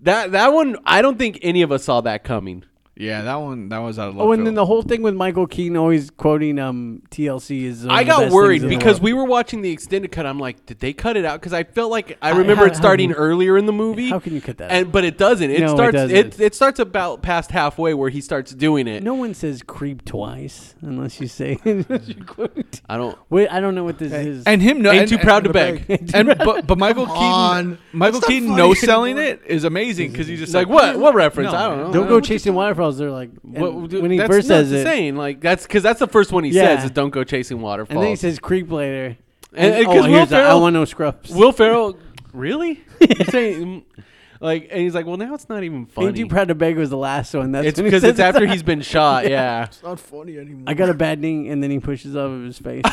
that that one, I don't think any of us saw that coming. Yeah, that one. That was out of. Left Oh, and then field. the whole thing with Michael Keaton always quoting um TLC is. one I of the got best worried things in the because world. we were watching the extended cut. I'm like, did they cut it out? Because I felt like I How- remember how- it how starting can- earlier in the movie. how can you cut that And but it doesn't. It No, it starts. doesn't. It, it starts about past halfway where he starts doing it. No one says creep twice unless you say. you quote. I don't. Wait, I don't know what this is. and him no, Ain't and, too proud and- to beg. And but, but Michael Keaton, on. Michael That's not Keaton, funny no selling anymore. it is amazing because he's just Like like, what? What reference? No, I don't know. man. don't go chasing waterfalls. They're like What- and dude, when he that's first not says the it, same. Like that's because that's the first one he Yeah. says is "Don't go chasing waterfalls." and then he says creep later. And- and oh, 'cause Will here's the, I Ferrell- want no scrubs. Will Ferrell, really? You're saying, mm, like, and he's like, well, now it's not even Ain't funny. too proud to beg was the last one. That's it's when he because says it's after he's been shot. Yeah. It's not funny anymore. I got a bad knee, and then he pushes off of his face.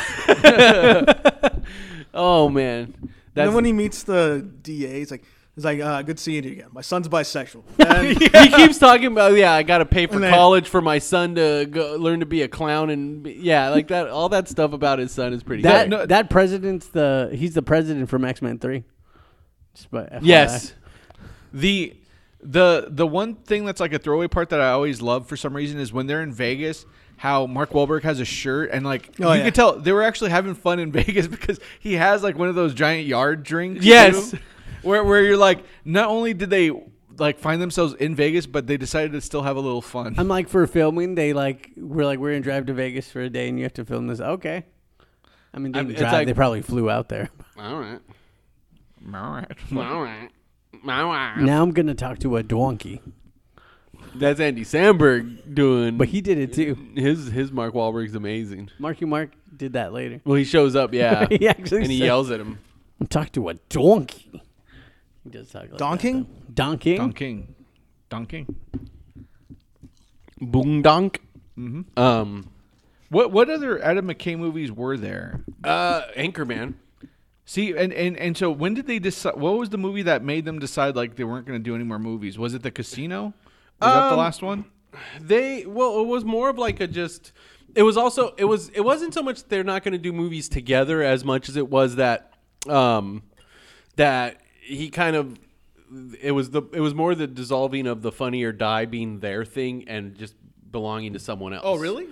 Oh man, And that's then when he meets the DA, he's like, he's like, uh, good seeing you again. My son's bisexual. And he keeps talking about. oh, Yeah, I got to pay for And then- college for my son to go, learn to be a clown and be, yeah, like that. All that stuff about his son is pretty. that good. that president's the he's the president from X Men Three. Just by FYI. yes, the the the one thing that's like a throwaway part that I always love for some reason is when they're in Vegas. How Mark Wahlberg has a shirt and like Oh, you yeah. could tell they were actually having fun in Vegas because he has like one of those giant yard drinks. Yes. too, where where you're like not only did they like find themselves in Vegas, but they decided to still have a little fun. Um, I'm like for filming. They like we're like we're gonna drive to Vegas for a day, and you have to film this. Okay. I mean, they I'm- didn't it's drive. like- they probably flew out there. all right, All right. all right. All right. Now I'm gonna talk to a donkey, That's Andy Samberg doing, but he did it too. his his Mark Wahlberg's amazing. Marky Mark did that later. Well, he shows up, yeah, He actually and he said- yells at him. I'm talking to a donkey. He does talk like Donking? that, though. Donking. Dunking. Dunking. Boom donk. Mm-hmm. Um, What what other Adam McKay movies were there? uh, Anchorman. See, and and and so when did they decide? What was the movie that made them decide like they weren't going to do any more movies? Was it The Casino? Um, Was that the last one? They well, it was more of like a just. It was also it was it wasn't so much they're not going to do movies together as much as it was that um, that he kind of it was the it was more the dissolving of the funny or die being their thing and just belonging to someone else. Oh, really?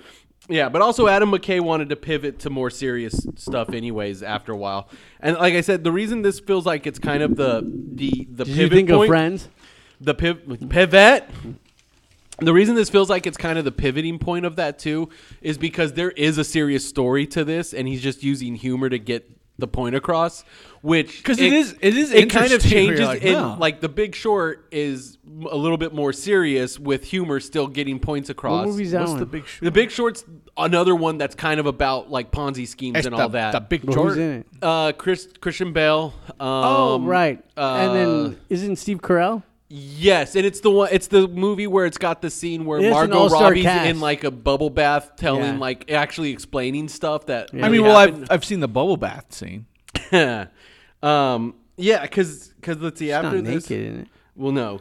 Yeah, but also Adam McKay wanted to pivot to more serious stuff, anyways. After a while, and like I said, the reason this feels like it's kind of the the the Did you pivot think point, of Friends? the piv- pivot. The reason this feels like it's kind of the pivoting point of that too is because there is a serious story to this, and he's just using humor to get the point across. Which 'Cause it is- it is it kind of interesting where changes. you're like, in, huh. like The Big Short is m- a little bit more serious with humor still getting points across. What movie's that one? sh- The Big Short's another one that's kind of about like Ponzi schemes and all that. The big Well, chart. who's in it? uh, Chris Christian Bale. Um, Oh, right. and uh, then isn't Steve Carell? Yes, and it's the one. It's the movie where it's got the scene where It's an Margot all-star Robbie's cast. in like a bubble bath, telling Yeah. like actually explaining stuff that. I mean, well, I've, I've seen the bubble bath scene. I've. um. Yeah, because because let's see Not after naked this. in it. Well, no.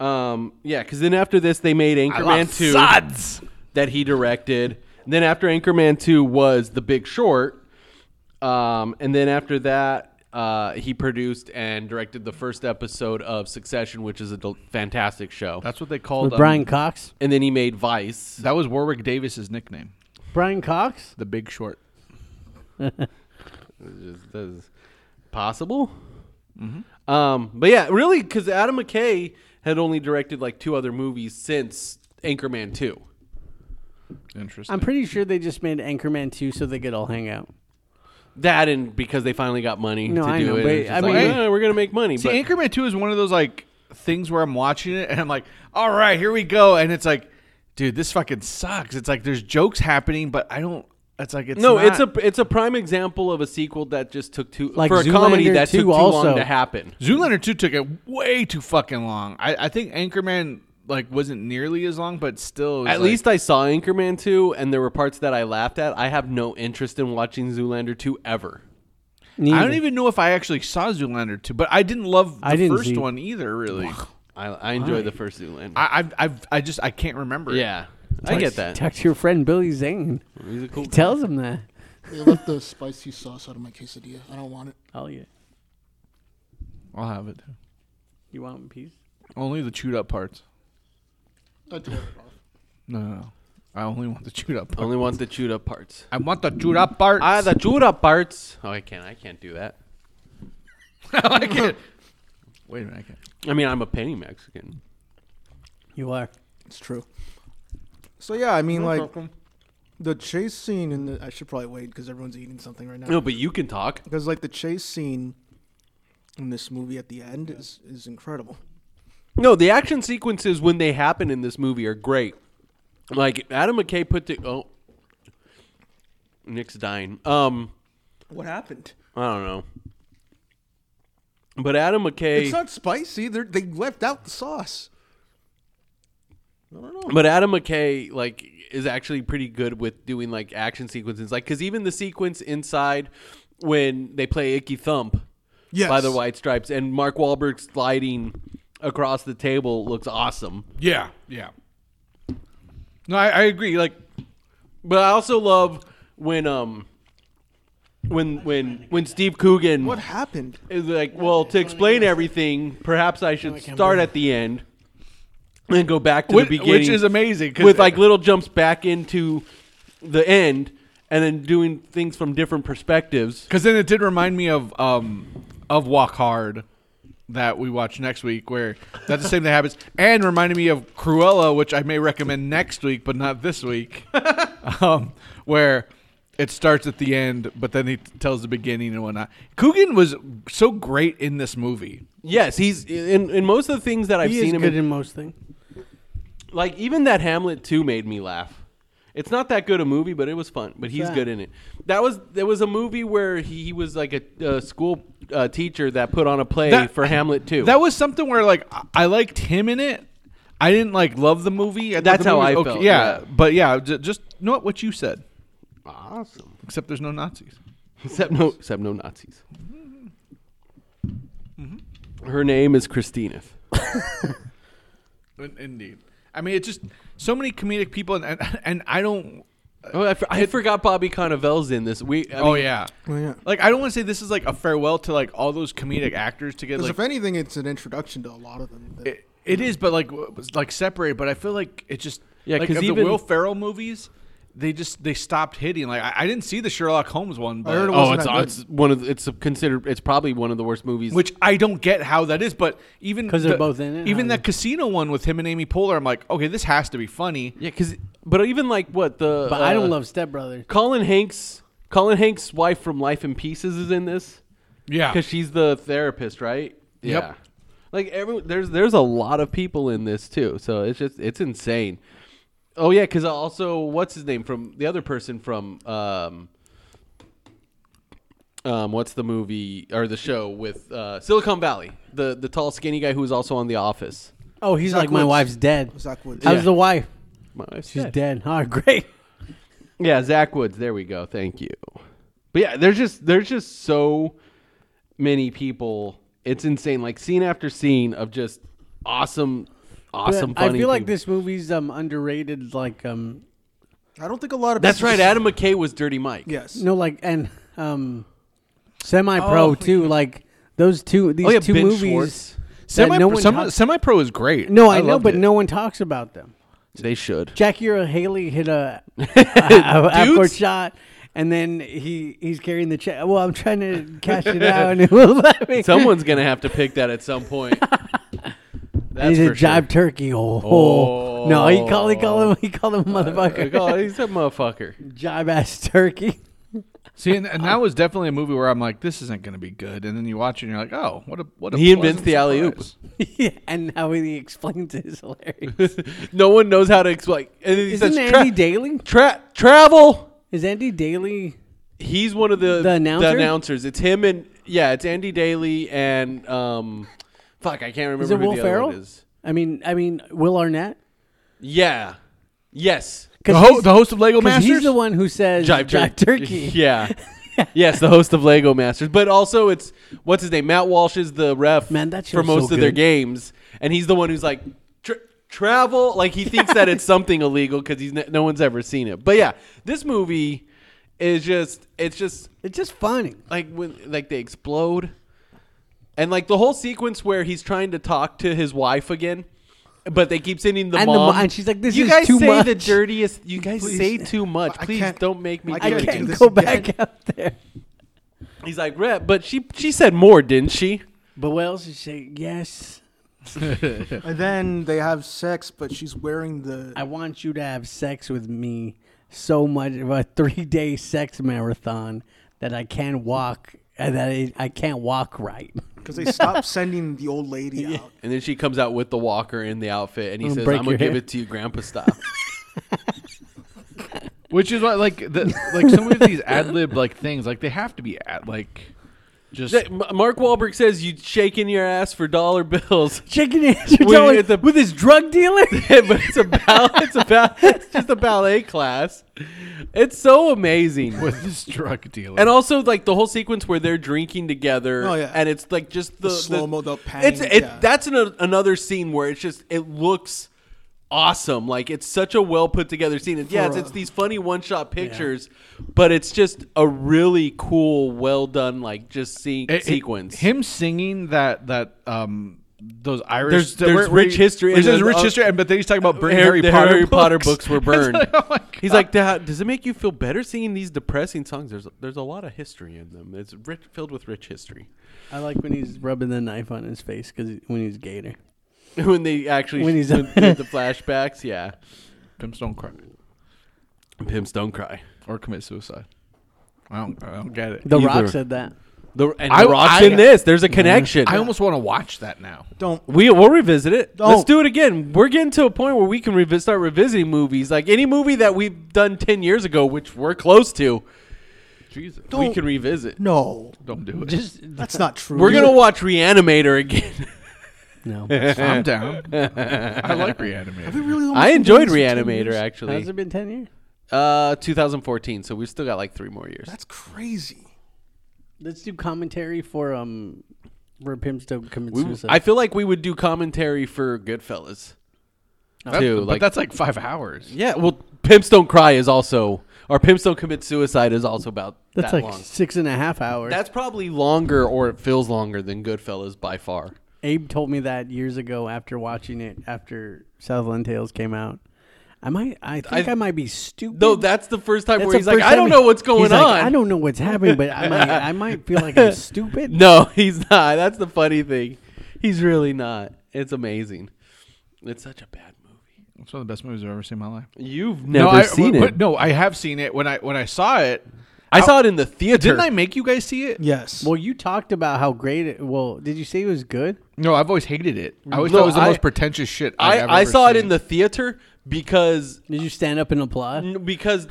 Um. Yeah, because then after this they made Anchorman two that he directed. And then after Anchorman two was The Big Short. Um. And then after that. Uh, he produced and directed the first episode of Succession, which is a del- fantastic show. That's what they called With um, Brian Cox. and then he made Vice. That was Warwick Davis's nickname, Brian Cox? the Big Short. That is possible. Um, but yeah, really, because Adam McKay had only directed like two other movies since Anchorman Two. Interesting. I'm pretty sure they just made Anchorman 2 so they could all hang out. That and because they finally got money No, to I do know, it, but it's just I like, mean- "Eh, we're gonna make money. See, but Anchorman Two is one of those like things where I'm watching it and I'm like, all right, here we go, and it's like, dude, this fucking sucks. It's like there's jokes happening, but I don't. It's like it's no, not- it's a it's a prime example of a sequel that just took too Like for a comedy Zoolander that took 2 too also. long to happen. Zoolander two took it way too fucking long. I, I think Anchorman like wasn't nearly as long, but still, it was At like- least I saw Anchorman two, and there were parts that I laughed at. I have no interest in watching Zoolander two ever. I don't even know if I actually saw Zoolander two, but I didn't love the I didn't first see- one either. Really, I, I enjoyed the first Zoolander. I I've, I've I just I can't remember. it. yeah, I get that. Talk to your friend Billy Zane. He's a cool He tells him that. They left the spicy sauce out of my quesadilla. I don't want it. Oh, yeah. I'll have it. You want a piece? Only the chewed up parts. I tore it off. No, no, no. I only want the chewed up. Part. Only want the chewed up parts. I want the chewed up parts. Ah, the chewed up parts. Oh, I can't. I can't do that. I can't. Wait a minute, I can't. I mean, I'm a penny Mexican. You are. It's true. So yeah, I mean like the chase scene and the, I should probably wait because everyone's eating something right No, now. but you can talk. Because like the chase scene in this movie at the end is is incredible. No, the action sequences when they happen in this movie are great. Like Adam McKay put the oh, Nick's dying. Um, What happened? I don't know. But Adam McKay, It's not spicy. They they left out the sauce. I don't know. but Adam McKay like is actually pretty good with doing like action sequences. Like, cause even the sequence inside when they play Icky Thump, Yes. by the White Stripes, and Mark Wahlberg sliding across the table looks awesome. Yeah, yeah. No, I, I agree. Like, But I also love when um when when when Steve Coogan what happened? is like, well, to explain everything, perhaps I should start at the end and go back to which, the beginning, which is amazing. 'cause- with like little jumps back into the end. And then doing things from different perspectives. Because then it did remind me of um of Walk Hard that we watch next week, where that's the same thing happens, and reminded me of Cruella, which I may recommend next week, but not this week, um, where it starts at the end, but then he t- tells the beginning and whatnot. Coogan was so great in this movie. Yes, he's in, in most of the things that I've He seen is him good in, in most things. like even that Hamlet too made me laugh. It's not that good a movie, but it was fun. But he's Yeah. good in it. That was there was a movie where he, he was like a, a school uh, teacher that put on a play That- for Hamlet too. That was something where like I- I liked him in it. I didn't like love the movie. I thought That's the how movie I was felt, Yeah, yeah. but yeah, ju- just know what- what you said. awesome. Except there's no Nazis. Except no, except no Nazis. Her name is Christina. In- Indeed. I mean, it's just so many comedic people, and and, and I don't. Oh, I, for- I forgot Bobby Cannavale's in this. We. I oh mean, yeah. yeah. Like I don't want to say this is like a farewell to like all those comedic actors to get Because like if anything, it's an introduction to a lot of them. it, it is, but like w- was, like separated. But I feel like it just Yeah, like 'cause of even- the Will Ferrell movies, they just they stopped hitting. Like I, I didn't see the Sherlock Holmes one, but heard it Oh, wasn't it's that good. it's one of the, it's considered it's probably one of the worst movies. which I don't get how that is. But even 'Cause they're the- both in it, even huh? that casino one with him and Amy Poehler, I'm like, okay, this has to be funny. yeah, because but even like what the But I uh, don't love Step Brother. Colin Hanks. Colin Hanks' wife from Life in Pieces is in this Yeah, because she's the therapist, right? Yeah. Like every there's there's a lot of people in this too, so it's just it's insane. Oh yeah, because also what's his name from the other person from um um what's the movie or the show with uh, Silicon Valley the the tall skinny guy who was also on The Office. Oh, he's Zach like my Woods. wife's dead. Zach Woods. How's Yeah. the wife? My wife's She's dead. dead. Oh, great. Yeah, Zach Woods. There we go. Thank you. But yeah, there's just there's just so many people. It's insane. Like scene after scene of just awesome, awesome. I funny feel like people. this movie's um underrated. Like um I don't think a lot of That's people- right. Adam McKay was Dirty Mike. Yes. no like and um semi pro too. Like those two these Oh, yeah, two Ben movies. Schwartz. that semi no one semi, talks- pro is great. No, I, know, loved but it. no one talks about them. They should. Jackie Earl Haley hit a, a, a half court shot, and then he he's carrying the check. Well, I'm trying to cash it out, and it will let me. Someone's gonna have to pick that at some point. And That's he's a for sure. jive turkey. Oh, oh. no, he called he called him he called him motherfucker. Oh, he's a motherfucker. jive ass turkey. See, and, and that was definitely a movie where I'm like, this isn't going to be good. And then you watch it and you're like, oh, what a what a He invents pleasant the alley-oop. surprise. yeah, and how he explains it is hilarious. no one knows how to explain. And then he Isn't says, Andy "Tra- Daly? tra- travel. Is Andy Daly? He's one of the The announcer? announcers. It's him and yeah, it's Andy Daly and um, fuck, I can't remember Is it who Will the other Ferrell? one is. I mean, I mean Will Arnett. Yeah, yes, Cause The, ho- he's- the host of Lego 'cause Masters. he's the one who says jive, Tur- turkey. yeah, yes, the host of Lego Masters, but also it's what's his name? Matt Walsh is the ref Man, that for show's most so of their good. games, and he's the one who's like. Tra- Travel like he thinks that it's something illegal because he's n- no one's ever seen it. But yeah, this movie is just it's just It's just funny. like when like they explode and like the whole sequence where he's trying to talk to his wife again but they keep sending the, And the mom. mo- and she's like, "This you is guys too say the much." dirtiest. You guys Please. say too much. I Please can't- don't make me. I do gotta I it." do can't this go again. back out there. He's like, "Rep," but she she said more, didn't she? But what else is she? Yes, And then they have sex, but she's wearing the. I want you to have sex with me so much of a three day sex marathon that I can't walk and that I, I can't walk right. Because they stopped sending the old lady out. And then she comes out with the walker in the outfit, and he I'm says, break "I'm gonna your give hair." it to you, Grandpa style." Which is why, like, the, like some of these ad lib like things, like they have to be ad like, just That- M- Mark Wahlberg says, "You shaking your ass for dollar bills." Chicken answer Wait, dollar at the- with his drug dealer. but it's a ball- it's a ball- it's just a ballet class. It's so amazing. with this drug dealer. And also, like the whole sequence where they're drinking together, Oh, yeah. and it's like just the, slow-mo, the It's panning, it, yeah. that's an, another scene where it's just it looks awesome. Like it's such a well put together scene. And yeah, it's, For a- it's these funny one shot pictures, but it's just a really cool, well done, like just se- It- it- sequence. Eh, him singing that that um those Irish. There's- that- there's where- where rich he- history There's and this then rich the- uh, history, and but then he's talking about burning Harry, Harry, the Potter, Harry books. Potter books were burned. It's like, oh my He's God. like, "Da- does it make you feel better singing these depressing songs? There's there's a lot of history in them. It's rich, filled with rich history. I like when he's rubbing the knife on his face because when he's gator. when they actually When he's- when they do the flashbacks, yeah. pimps don't cry Pimps don't cry. or commit suicide. I don't, I don't get it. The Rock Either. said that. The, and I- the Rock's I- in this. There's a connection. I almost want to watch that now. Don't. we we'll revisit it. Let's Oh. Don't. do it again. We're getting to a point where we can revi- start revisiting movies, like any movie that we've done ten years ago, which we're close to. Jesus, we can revisit. No. don't do it. Just That's not true. We're gonna watch Reanimator again. no. I'm down. I like reanimated. We really almost I been doing enjoyed this for 10 Reanimator years. Has actually. it been ten years? Uh, 2014. So we've still got like three more years. That's crazy. Let's do commentary for um for Pimps Don't Commit We- Suicide. I feel like we would do commentary for Goodfellas. That- too, but like- that's like five hours. Yeah, well, Pimps Don't Cry is also Or Pimps Don't Commit Suicide is also about That's that like long. six and a half hours. That's probably longer, or it feels longer than Goodfellas by far. Abe told me that years ago after watching it after Southland Tales came out. I might. I think I, I- might be stupid. No, that's the first time That's where the he's like, first I don't time know what's going he's on. like, I don't know what's happening, but I might. I might feel like I'm stupid. No, he's not. That's the funny thing. He's really not. It's amazing. It's such a bad movie. It's one of the best movies I've ever seen in my life. You've never I, seen but, it. But no, I have seen it. When I when I saw it, I saw it in the theater. didn't I make you guys see it? Yes. Well, you talked about how great it. Well, did you say it was good? No, I've always hated it. I always No, thought it was the I- most pretentious shit I've I, ever I saw it seen. in the theater because Did you stand up and Mm, applaud? because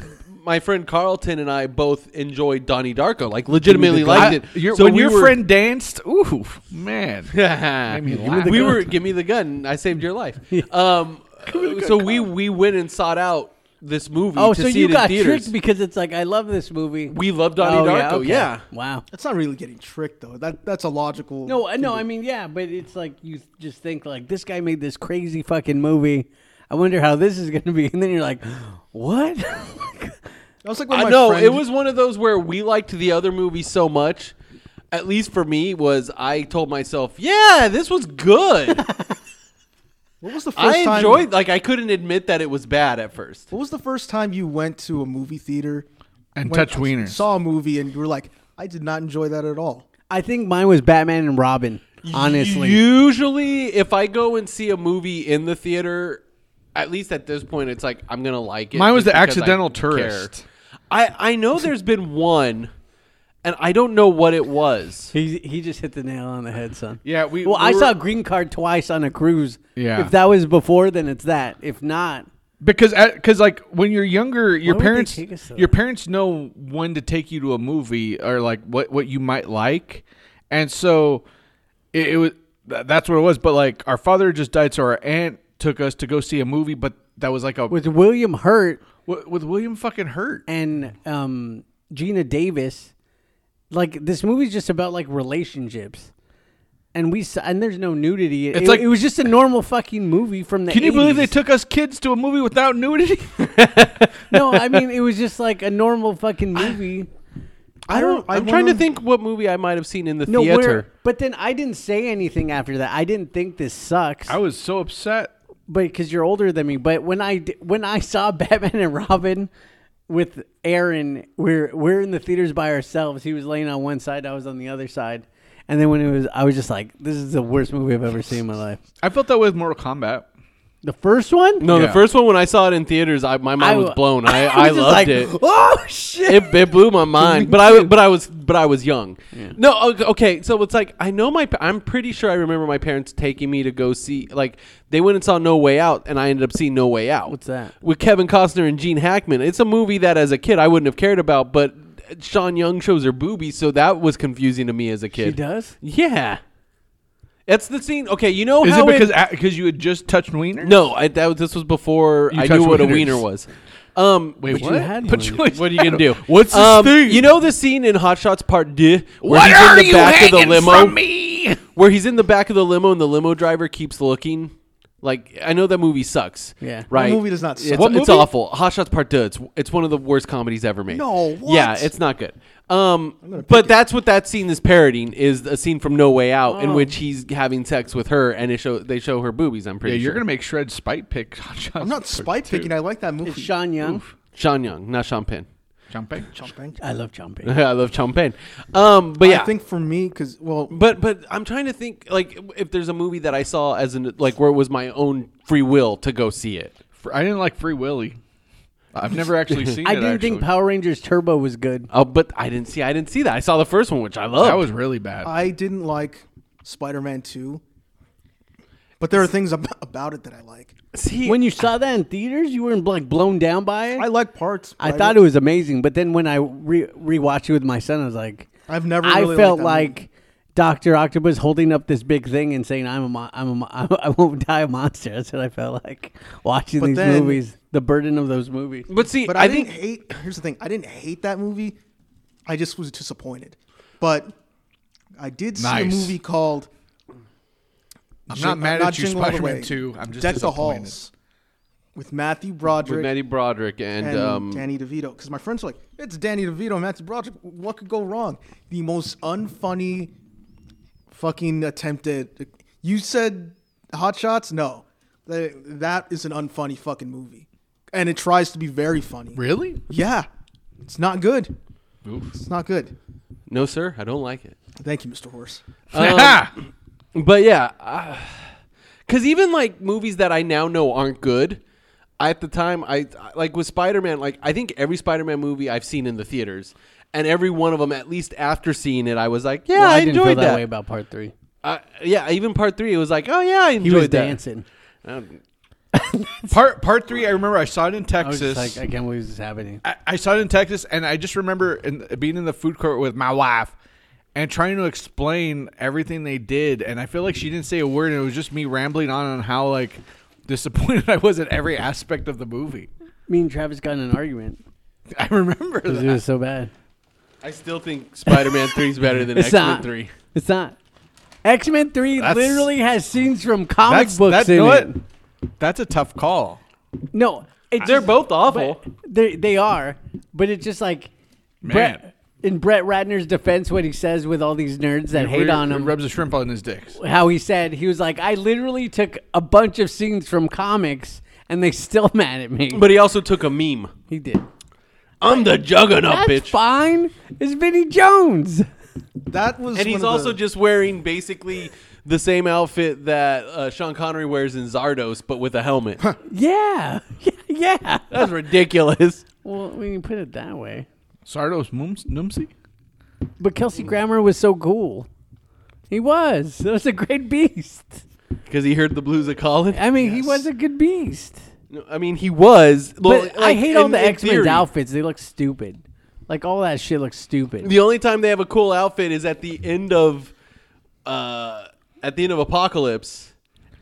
my friend Carlton and I both enjoyed Donnie Darko, like legitimately liked it. I- your- So when we your were- friend danced, ooh man, me laugh. we gun. were give me the gun. I saved your life. Um, so we we went and sought out this movie. Oh, to so see you it got in theaters. tricked because it's like I love this movie. Oh, We love Donnie Darko. okay. yeah. Wow. That's not really getting tricked though. That that's a logical. No, I- no, I mean, yeah, but it's like you just think like this guy made this crazy fucking movie. I wonder how this is going to be, and then you're like, what? I was like, when I my know friend- it was one of those where we liked the other movie so much. At least for me, was I told myself, "Yeah, this was good. What was the first I time? enjoyed." Like I couldn't admit that it was bad at first. What was the first time you went to a movie theater and when- touch wieners. Saw a movie and you were like, I did not enjoy that at all. I think mine was Batman and Robin. Honestly, usually if I go and see a movie in the theater, at least at this point, it's like I'm gonna like it. Mine was just The because I Accidental care. Tourist. I I know there's been one, and I don't know what it was. he he just hit the nail on the head, son. Yeah, we- Well, I we were- saw Green Card twice on a cruise. Yeah. If that was before, then it's that. If not, because because like when you're younger, your would they parents take us to your that? parents know when to take you to a movie or like what what you might like, and so it, it was tha- that's what it was. But like our father just died, so our aunt took us to go see a movie, but that was like a with, with William Hurt with William fucking Hurt. and um, Gina Davis, like this movie's just about like relationships. And we s- and there's no nudity. It's it, like- it was just a normal fucking movie from the. Can you believe 80s. they took us kids to a movie without nudity? no, I mean it was just like a normal fucking movie. I don't. I I'm trying to wanna- think what movie I might have seen in the No, theater. where, but then I didn't say anything after that. I didn't think this sucks, I was so upset. but because you're older than me. But when I d- when I saw Batman and Robin with Aaron, we're we're in the theaters by ourselves. He was laying on one side, I was on the other side. And then when it was, I was just like, "This is the worst movie I've ever seen in my life." I felt that way with Mortal Kombat. The first one, No, Yeah. the first one when I saw it in theaters, I, my mind was w- blown. I, was I just loved like, it. Oh shit! it. It blew my mind, but I w- but I was but I was young. No, o- okay. So it's like I know my. pa- I'm pretty sure I remember my parents taking me to go see. Like they went and saw No Way Out, and I ended up seeing No Way Out. What's that? With Kevin Costner and Gene Hackman. It's a movie that as a kid I wouldn't have cared about, but Sean Young shows her boobies, so that was confusing to me as a kid. She does. Yeah. That's the scene. Okay, you know Is how it because in- because you had just touched wiener? no, I, that was, this was before You I touched knew what a wieners. wiener was. Um, Wait, But you what? had but one. you- what are you gonna do? What's this um, thing? You know the scene in Hot Shots Part D where he's in the back of the limo, me? where he's in the back of the limo and the limo driver keeps looking. Like I know that movie sucks. Yeah. right. That movie does not suck. It's, What it's awful. Hot Shots Part Two. It's it's one of the worst comedies ever made. No, what? yeah, it's not good. Um, but that's what that scene is parodying is a scene from No Way Out Oh. in which he's having sex with her and it show they show her boobies. I'm Yeah, pretty you're sure gonna make Shred spite pick. I'm not spite picking. I like that movie. It's Sean Young. Sean Young, not Sean Penn. jumping. I love Sean Penn. I love Sean Penn. Um, but yeah, I think for me, because well, but but I'm trying to think like if there's a movie that I saw as an like where it was my own free will to go see it. Fr- I didn't like Free Willy. I've never actually seen. I it, didn't think actually. Power Rangers Turbo was good. Oh, but I didn't see. I didn't see that. I saw the first one, which I love. that was really bad. Uh, I didn't like Spider-Man Two. But there are things ab- about it that I like. see. When you saw that in theaters, you weren't like blown down by it. I like parts. I thought it was amazing, but then when I re- rewatched it with my son, I was like, I've never I really felt liked that like Doctor Octopus holding up this big thing and saying, "I'm a, mo- I'm a, mo- I won't die a monster." That's what I felt like watching But these then- movies. The burden of those movies. but see, But I, I, think didn't hate. Here's the thing: I didn't hate that movie. I just was disappointed. But I did see a Nice. movie called I'm not mad at you, Jingle All the Spider-Man Way. Two. I'm just Deck the disappointed. Halls. with Matthew Broderick with Matty Broderick and, and um, Danny DeVito. Because my friends are like, it's Danny DeVito, and Matthew Broderick. What could go wrong? The most unfunny fucking attempted. You said Hot Shots? No. Th- That is an unfunny fucking movie. And it tries to be very funny. Really? Yeah. It's not good. It's not good. no sir, I don't like it. Thank you, Mr. Horse. Um, But yeah, because even like movies that I now know aren't good, I, at the time I I- like with Spider Man. Like I think every Spider Man movie I've seen in the theaters, and every one of them, at least after seeing it, I was like, yeah, Well, I, didn't enjoyed feel that. way about part three. I- yeah, even part three, it was like, oh yeah, I enjoyed He was that. dancing. Part part three, I remember I saw it in I Texas. was just like, I can't believe this is happening. I, I saw it in Texas, and I just remember in, being in the food court with my wife and trying to explain everything they did. And I feel like she didn't say a word, and it was just me rambling on on how like disappointed I was at every aspect of the movie. Me and Travis got in an argument I remember because that. it was so bad. I still think Spider Man three is better than It's X Men not. three. It's not. X Men Three That's- literally has scenes from comic That's- that- books you in know it. what? That's a tough call. No, it's They're just- both awful. but They they are, but it's just like Brett. In Brett Ratner's defense, what he says with all these nerds that hate Where- on where him, Rubs a shrimp on his dicks. how he said he was like, I literally took a bunch of scenes from comics, and they still mad at me. But he also took a meme. he did. I'm the juggernaut, That's bitch. fine. It's Vinny Jones. That was. And one he's of the- also just wearing basically the same outfit that uh, Sean Connery wears in Zardos, but with a helmet. Yeah, yeah, yeah. That's ridiculous. Well, when you put it that way, Sardos Mums- Numsi? but Kelsey Grammer was so cool. He was. That was a great beast. Because he heard the blues of Colin. I mean, he was a good beast. No, I mean, he was. Well, But I like, hate all in- the in X Men theory. outfits. They look stupid. Like all that shit looks stupid. The only time they have a cool outfit is at the end of, uh, at the end of Apocalypse,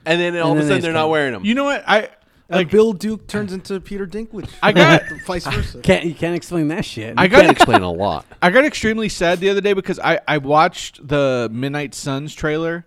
and then all And of a then they sudden they're just not come- wearing them. You know what? I Uh, Bill Duke turns into Peter Dinklage. I got- vice versa. Can't you can't explain that shit? I got explain a lot. I got extremely sad the other day because I, I watched the Midnight Suns trailer,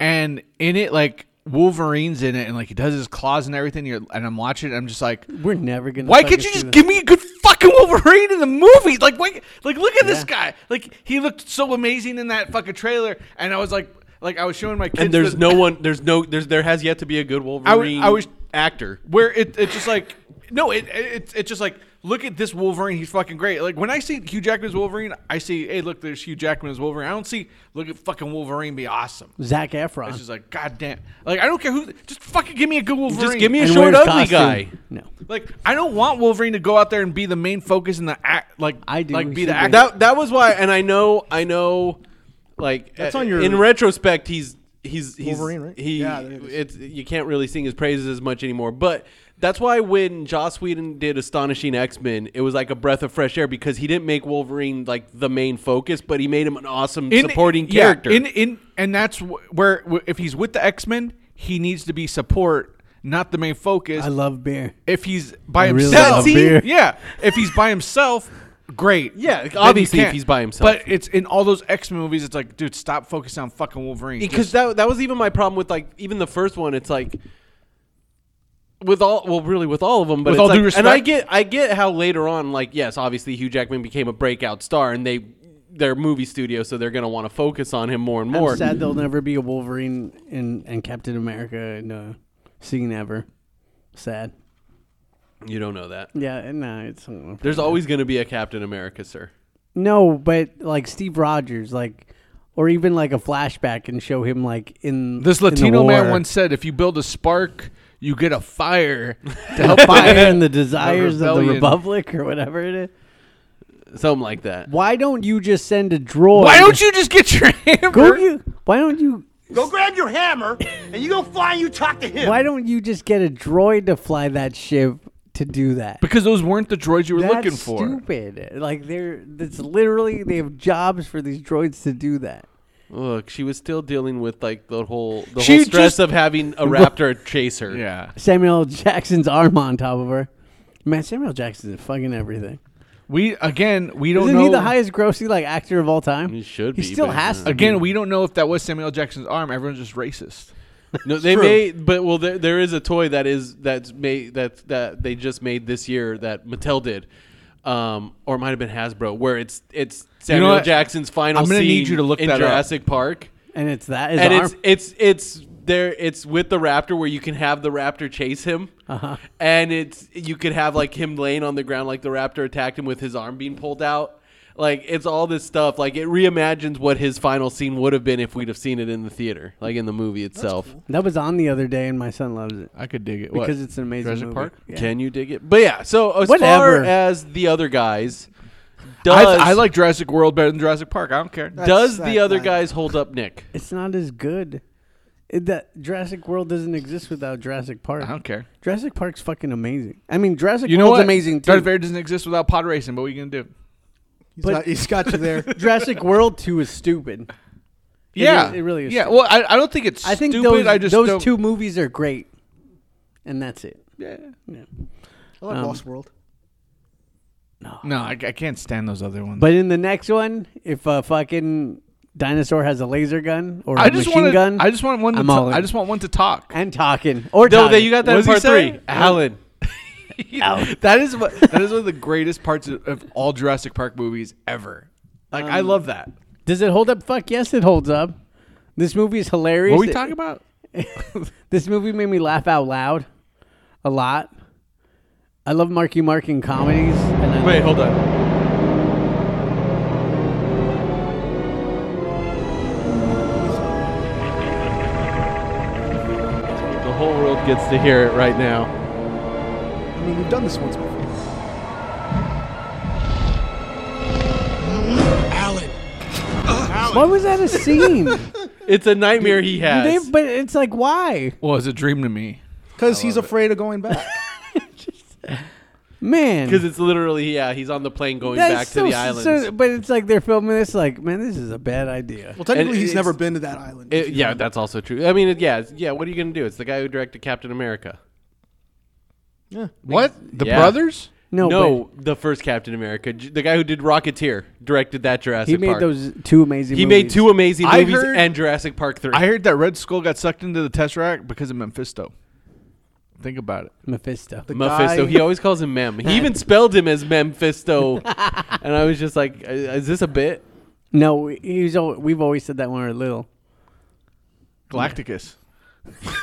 and in it like Wolverine's in it, and like he does his claws and everything. You're, and I'm watching, it, I'm just like, We're never gonna. why fucking can't you see just that. give me a good fucking Wolverine in the movie? Like, why, like look at this guy. Like he looked so amazing in that fucking trailer, and I was like, like I was showing my kids. And there's the- no one. There's no. There's there has yet to be a good Wolverine. I was- actor. where it it's just like no, it, it it's- it's just like look at this Wolverine, he's fucking great. Like when I see Hugh Jackman as Wolverine, I see hey look, there's Hugh Jackman as Wolverine. I don't see look at fucking Wolverine be awesome. Zac Efron? It's just like god damn, like I don't care who, just fucking give me a good Wolverine. Just give me a And short, wears ugly costume. guy. No, like I don't want Wolverine to go out there and be the main focus in the act. Like I do. Like be He the did. actor. that that was why and i know i know like that's on your- in retrospect he's he's he's Wolverine, right? he Yeah, there it is. it's you can't really sing his praises as much anymore but that's why when Joss Whedon did Astonishing X-Men it was like a breath of fresh air because he didn't make Wolverine like the main focus but he made him an awesome In- supporting yeah, character in in and that's wh- where wh- if he's with the X Men, he needs to be support, not the main focus. I love beer. If he's by really himself, love beer. yeah. If he's by himself, great. Yeah, Then obviously you if can't. he's by himself. But it's in all those X Men movies. It's like, dude, stop focusing on fucking Wolverine. because Just- that that was even my problem with like even the first one. It's like with all well, really with all of them, but With it's all like, due respect- and I get I get how later on, like yes, obviously Hugh Jackman became a breakout star, and they their movie studio, so they're gonna want to focus on him more and more. I'm sad there'll never be a Wolverine and and Captain America and uh, scene ever. Sad. You don't know that. Yeah, and no, it's There's always gonna be a Captain America, sir. no, but like Steve Rogers, like. Or even like a flashback and show him like in this in the Latino man war. once said, if you build a spark, you get a fire. to help fire and the desires of the rebellion. republic or whatever it is. Something like that. Why don't you just send a droid? Why don't you just get your hammer? go you? Why don't you? Go grab your hammer, and you go find you talk to him. Why don't you just get a droid to fly that ship to do that? because those weren't the droids you were That's looking for. stupid. Like they're that's literally they have jobs for these droids to do that. Look, she was still dealing with like the whole the She whole stress just- of having a raptor chase her. Yeah, Samuel Jackson's arm on top of her. Man, Samuel Jackson is fucking everything. we again we don't Isn't know he the highest grossing like actor of all time? He should He be, still but- has to. be. Again, we don't know if that was Samuel Jackson's arm. Everyone's just racist. No, they made, but well, there, there is a toy that is that's made that that they just made this year that Mattel did, um, or it might have been Hasbro, where it's it's Samuel what? Jackson's final I'm gonna scene need you to look in that up. Jurassic Park, and it's that is and arm. it's it's it's there it's with the raptor where you can have the raptor chase him, uh-huh. and it's you could have like him laying on the ground like the raptor attacked him with his arm being pulled out. Like it's all this stuff. Like it reimagines what his final scene would have been if we'd have seen it in the theater, like in the movie itself. that was on the other day, and my son loves it I could dig it What? because it's an amazing Jurassic movie. Park? Yeah. Can you dig it? But yeah, so as Whatever. far as the other guys, I, does I like Jurassic World better than Jurassic Park. I don't care. does That's the that other line. guys hold up Nick? It's not as good. It, that Jurassic World doesn't exist without Jurassic Park. I don't care. Jurassic Park's fucking amazing. I mean, Jurassic You know World's what? amazing too. Darth Vader doesn't exist without pod racing. But what are you gonna do? He's But- got, he's got you there. Jurassic World Two is stupid. It yeah, is- it really is Yeah. stupid. Well, I, I don't think it's. I think stupid. those I just those don't- two movies are great, and that's it. I like Um, Lost World. No, I, I can't stand those other ones. But in the next one, if a fucking dinosaur has a laser gun or a I just machine want. gun, I just want one. To I'm ta- all in. I just want one to talk. and talking or No, talking. that you got that What in does he part say? three. Alan, That is what. that is one of the greatest parts of, of all Jurassic Park movies ever. Like Um, I love that. Does it hold up? Fuck yes, it holds up. This movie is hilarious. What are we talking about? This movie made me laugh out loud a lot. I love Marky Mark in comedies. And I wait, hold on. The whole world gets to hear it right now. I mean, we've done this once before. Why was that a scene? It's a nightmare he They- has. but it's like, why? Well, it's a dream to me. Because he's afraid of going back. Man. Because it's literally yeah, he's on the plane going That is back to so- the so- islands. but it's like they're filming this, like, man, this is a bad idea. Well, technically, he's it's- never been to that island. It- yeah, that's also true. I mean, it, yeah, it's- yeah. What are you gonna do? It's the guy who directed Captain America. What the Yeah. brothers? No, but no, the first Captain America, J- the guy who did Rocketeer, directed that Jurassic he made Park. those two amazing He made movies. two amazing I movies heard- and Jurassic Park three. I heard that Red Skull got sucked into the Tesseract because of Mephisto. Think about it. Mephisto. Mephisto. guy- He always calls him Mem. He even spelled him as Memphisto, and I was just like, "I- "Is this a bit?" No, he's al- we've always said that when we were little. Galacticus.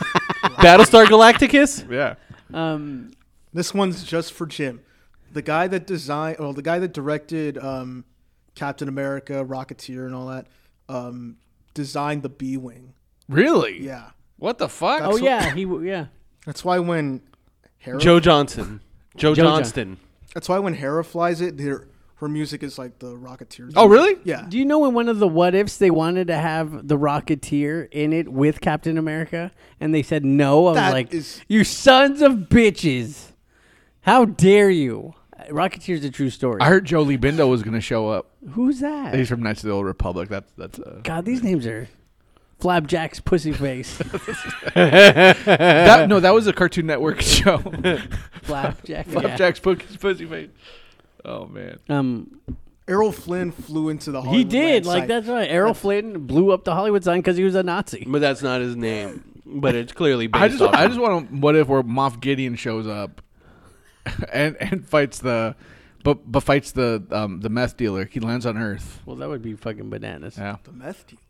Battlestar Galacticus. Yeah. Um, This one's just for Jim. The guy that designed, well, the guy that directed um, Captain America, Rocketeer, and all that, um, designed the B Wing. Really? Yeah. What the fuck? oh yeah, he w- yeah. That's why when Hera, Joe Johnson. Joe, Joe John- Johnston. that's why when Hera flies it, her, her music is like the Rocketeer. Oh really? Yeah. Do you know in one of the what ifs they wanted to have the Rocketeer in it with Captain America, and they said no. I was That like, is- you sons of bitches! How dare you? Rocketeer's a true story. I heard Jolie Bindo was gonna show up. Who's that? He's from Knights of the Old Republic. That's that's. Uh, God, these names are Flapjack's pussy face. that no, that was a Cartoon Network show. Flapjack. yeah. Flapjack's Jack's pussy face. Oh man. Um, Errol Flynn flew into the He Hollywood land did. Like, site. that's right. Errol Flynn blew up the Hollywood sign because he was a Nazi. But that's not his name. But it's clearly based I just off. I just want to. What if where Moff Gideon shows up, and and fights the, but but fights the um the meth dealer. He lands on Earth. Well, that would be fucking bananas. Yeah. the meth dealer.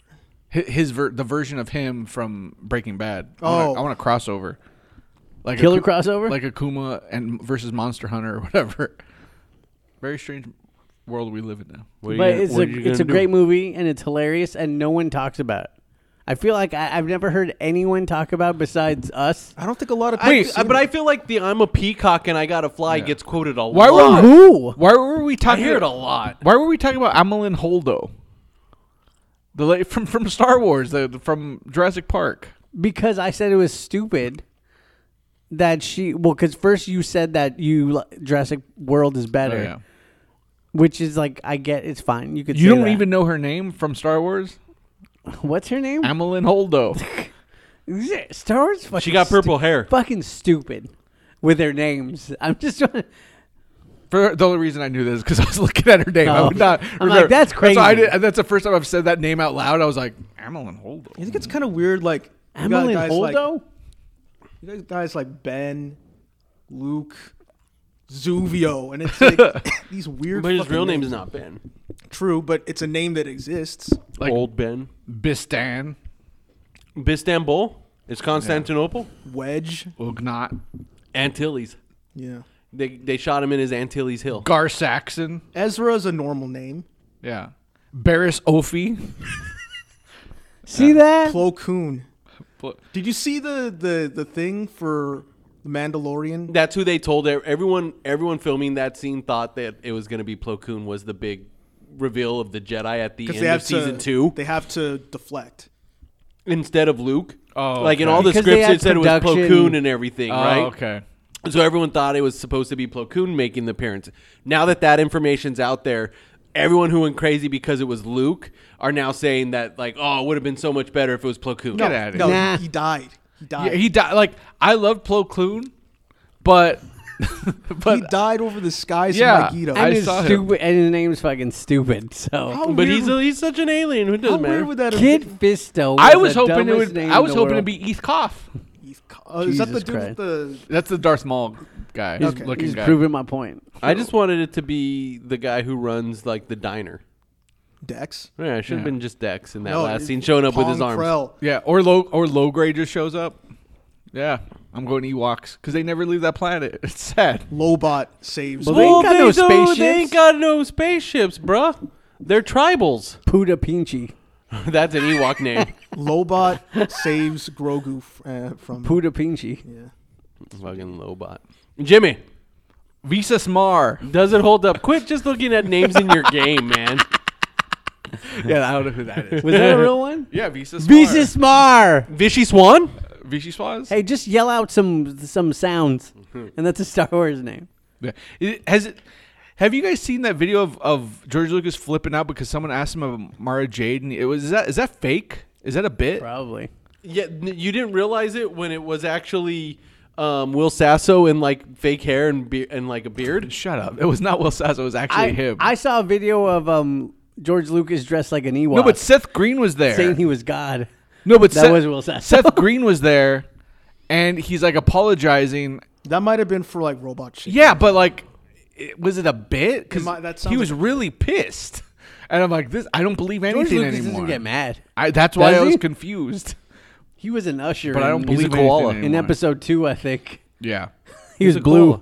Hi- His ver- the version of him from Breaking Bad. Oh. I want a crossover. Like a Killer Ku- crossover? like Akuma and versus Monster Hunter or whatever. Very strange world we live in now. What are you but gonna- it's what a are you it's gonna a do? great movie and it's hilarious and no one talks about it. I feel like I, I've never heard anyone talk about besides us. I don't think a lot of people. Wait, but I feel like the "I'm a peacock and I gotta fly" gets quoted a Why lot. were Who? why were we I talking? hear it a lot. Why were we talking about Amelin Holdo? The la- from from Star Wars, the, the- from Jurassic Park. Because I said it was stupid that she. Well, because first you said that you li- Jurassic World is Oh, Oh, better, which is like I get it's fine. You could You say don't that. even know her name from Star Wars? what's her name. Amelin Holdo. Star Wars. Fucking She got stu- purple hair. fucking stupid with their names. I'm just trying. to- For the only reason I knew this is because I was looking at her name. I Oh. would not. I'm like, remember. "That's why I crazy." did- that's the first time I've said that name out loud. I was like, Amelin Holdo. I think it's kind of weird. Like got Emily guys like- Holdo? You guys, guys like Ben, Luke, Zuvio, and it's like these weird. But his fucking real name names. is not Ben. true, but it's a name that exists. Like- Old Ben. Bistan, Bistanbul. It's Constantinople. Wedge. Ugnat, Antilles. Yeah. They, they shot him in his Antilles Hill. Gar Saxon, Ezra is a normal name. yeah, Barris Ophi. See that? Plo Koon. Plo- Did you see the, the, the thing for The Mandalorian? That's who they told e- everyone. Everyone filming that scene thought that it was going to be Plo Koon was the big reveal of the Jedi at the end of season to, two They have to deflect. instead of Luke. Oh, like in okay. all the Because they scripts, had it said it was Plo production- Koon and everything, right? Oh, okay. So everyone thought it was supposed to be Plo Koon making the appearance. Now that that information's out there, everyone who went crazy because it was Luke are now saying that like, oh, it would have been so much better if it was Plo Koon. Get out of No, here. Nah. he died. He died. Yeah, he died. Like I loved Plo Koon, but He died over the skies Yeah, of Megiddo. I And his saw him. stupid and his name's fucking stupid. So How But weird he's would- a, he's such an alien. Who how doesn't matter? weird would that have Kid been? Fisto. Was I was the hoping it dumbest would. name I in was the hoping world. it'd be Eth Koff. Uh, is that the Jesus dude with Christ. the That's the Darth Maul guy. He's, Looking he's guy. proving my point. I just wanted it to be the guy who runs like the diner. Dex? Yeah, it should have been just Dex in that No, last it- scene, showing up with his Pong arms. Krell. yeah, or low or low grade just shows up. Yeah, I'm going Ewoks because they never leave that planet. It's sad. Lobot saves. Well, they ain't got no don't- spaceships. They ain't got no spaceships, bruh. They're tribals. Puda Pinchy. That's an Ewok name. Lobot saves Grogu f- uh, from. Puda Pinchy. Fucking Lobot. Jimmy, Visa Smar. does it hold up? Quit just looking at names in your game, man. yeah, I don't know who that is. Was that a real one? yeah, Visa Smar. Visa Smar. Vishy Swan? Vichy Swaz. Hey, just yell out some some sounds, and that's a Star Wars name. Yeah. It- Has it? Have you guys seen that video of, of George Lucas flipping out because someone asked him about Mara Jade and it was is that is that fake? Is that a bit? Probably. Yeah, n- you didn't realize it when it was actually um, Will Sasso in like fake hair and be- and like a beard. Shut up! It was not Will Sasso. It was actually I, him. I saw a video of um George Lucas dressed like an Ewok. no, but Seth Green was there. saying he was God. no, but that Seth, was Will Sasso. Seth Green was there, and he's like apologizing. That might have been for like robot shit. Yeah, but like, it, was it a bit? Because It might- that he sounds was really pissed, and I'm like, this. I don't believe George anything Lucas anymore. doesn't get mad. I, that's why Does I was he? confused. He was an usher, But I don't in- believe he's a anything koala in anymore. episode two. I think Yeah, he was blue. koala.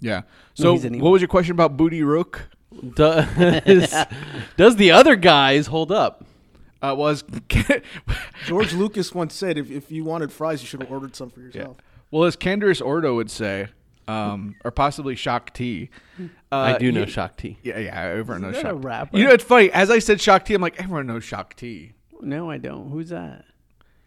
yeah. So, he's an what emo. was your question about Booty Rook? Does, does the other guys hold up? Uh, was George Lucas once said, if, if you wanted fries, you should have ordered some for yourself. well, as Candorous Ordo would say, um, or possibly Shock T. Uh, I do know you- Shakti. Yeah, yeah, everyone knows that a Shock. rapper? You know, it's funny. As I said Shock T, I'm like, everyone knows Shock T. No, I don't. Who's that?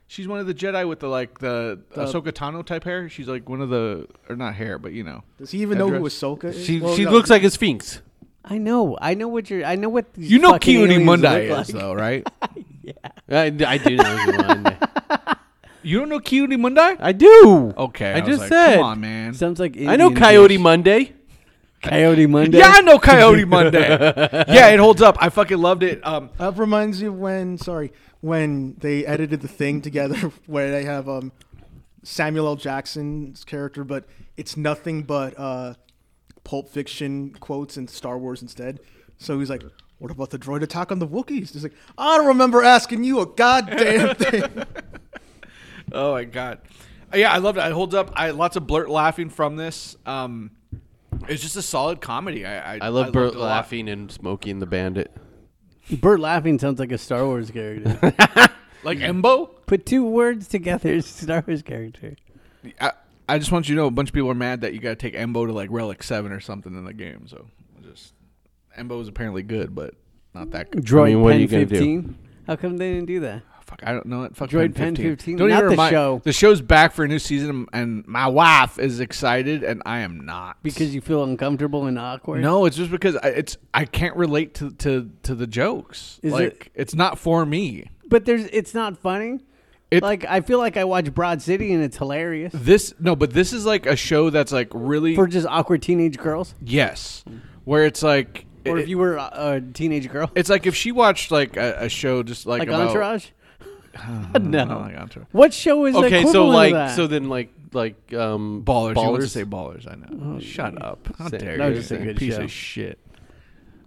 She's one of the Jedi with the like the Ahsoka Tano type hair. She's like one of the or not hair, but you know. Does he even know who Ahsoka is? She Well, she no. looks like a sphinx. I know. I know what you're. I know what these You know fucking Kiwi aliens Mundai look is like. though, right? I, I do know. who you are. you don't know Kiwi Mundai? I do. Okay, I, was just like, said. Come on, man. Sounds like I know Indian Coyote dish. Monday. Coyote Monday. Yeah, I know Coyote Monday. yeah, it holds up. I fucking loved it. Um, That reminds you when, sorry, when they edited the thing together where they have um, Samuel L. Jackson's character, but it's nothing but uh, Pulp Fiction quotes and Star Wars instead. So he's like, what about the droid attack on the Wookiees? He's like, I don't remember asking you a goddamn thing. Oh my god. Uh, Yeah, I loved it. It holds up. I lots of blurt laughing from this. Um, it's just a solid comedy. I I, I love loved Bert it a lot. laughing and smoking the bandit. Bert laughing sounds like a Star Wars character. Like Embo. Put two words together, it's a Star Wars character. I, I just want you to know a bunch of people are mad that you got to take Embo to like Relic Seven or something in the game. So just Embo is apparently good, but not that good. Ah, Droid mean, what are Pen you gonna do? 15. How come they didn't do that? Fuck, I don't know it. Fuck Droid Pen 15. Pen 15, Don't not even the remind- show. The show's back for a new season, and my wife is excited, and I am not Because you feel uncomfortable and awkward. No, it's just because I, it's I can't relate to to, to the jokes. Is like it's not for me. but there's it's not funny. It- like I feel like I watch Broad City and it's hilarious This no, but this is like a show that's like really for just awkward teenage girls. yes, where it's like Or it- if you were a, a teenage girl, it's like if she watched like a, a show just like, like about- Oh Entourage. no. I like Entourage. What show is Okay, so equivalent like, of that? so then like, like, um, Ballers. You ballers. would say ballers. I Oh, know. Shut up. How Say- dare That was you? just a good piece show. of shit.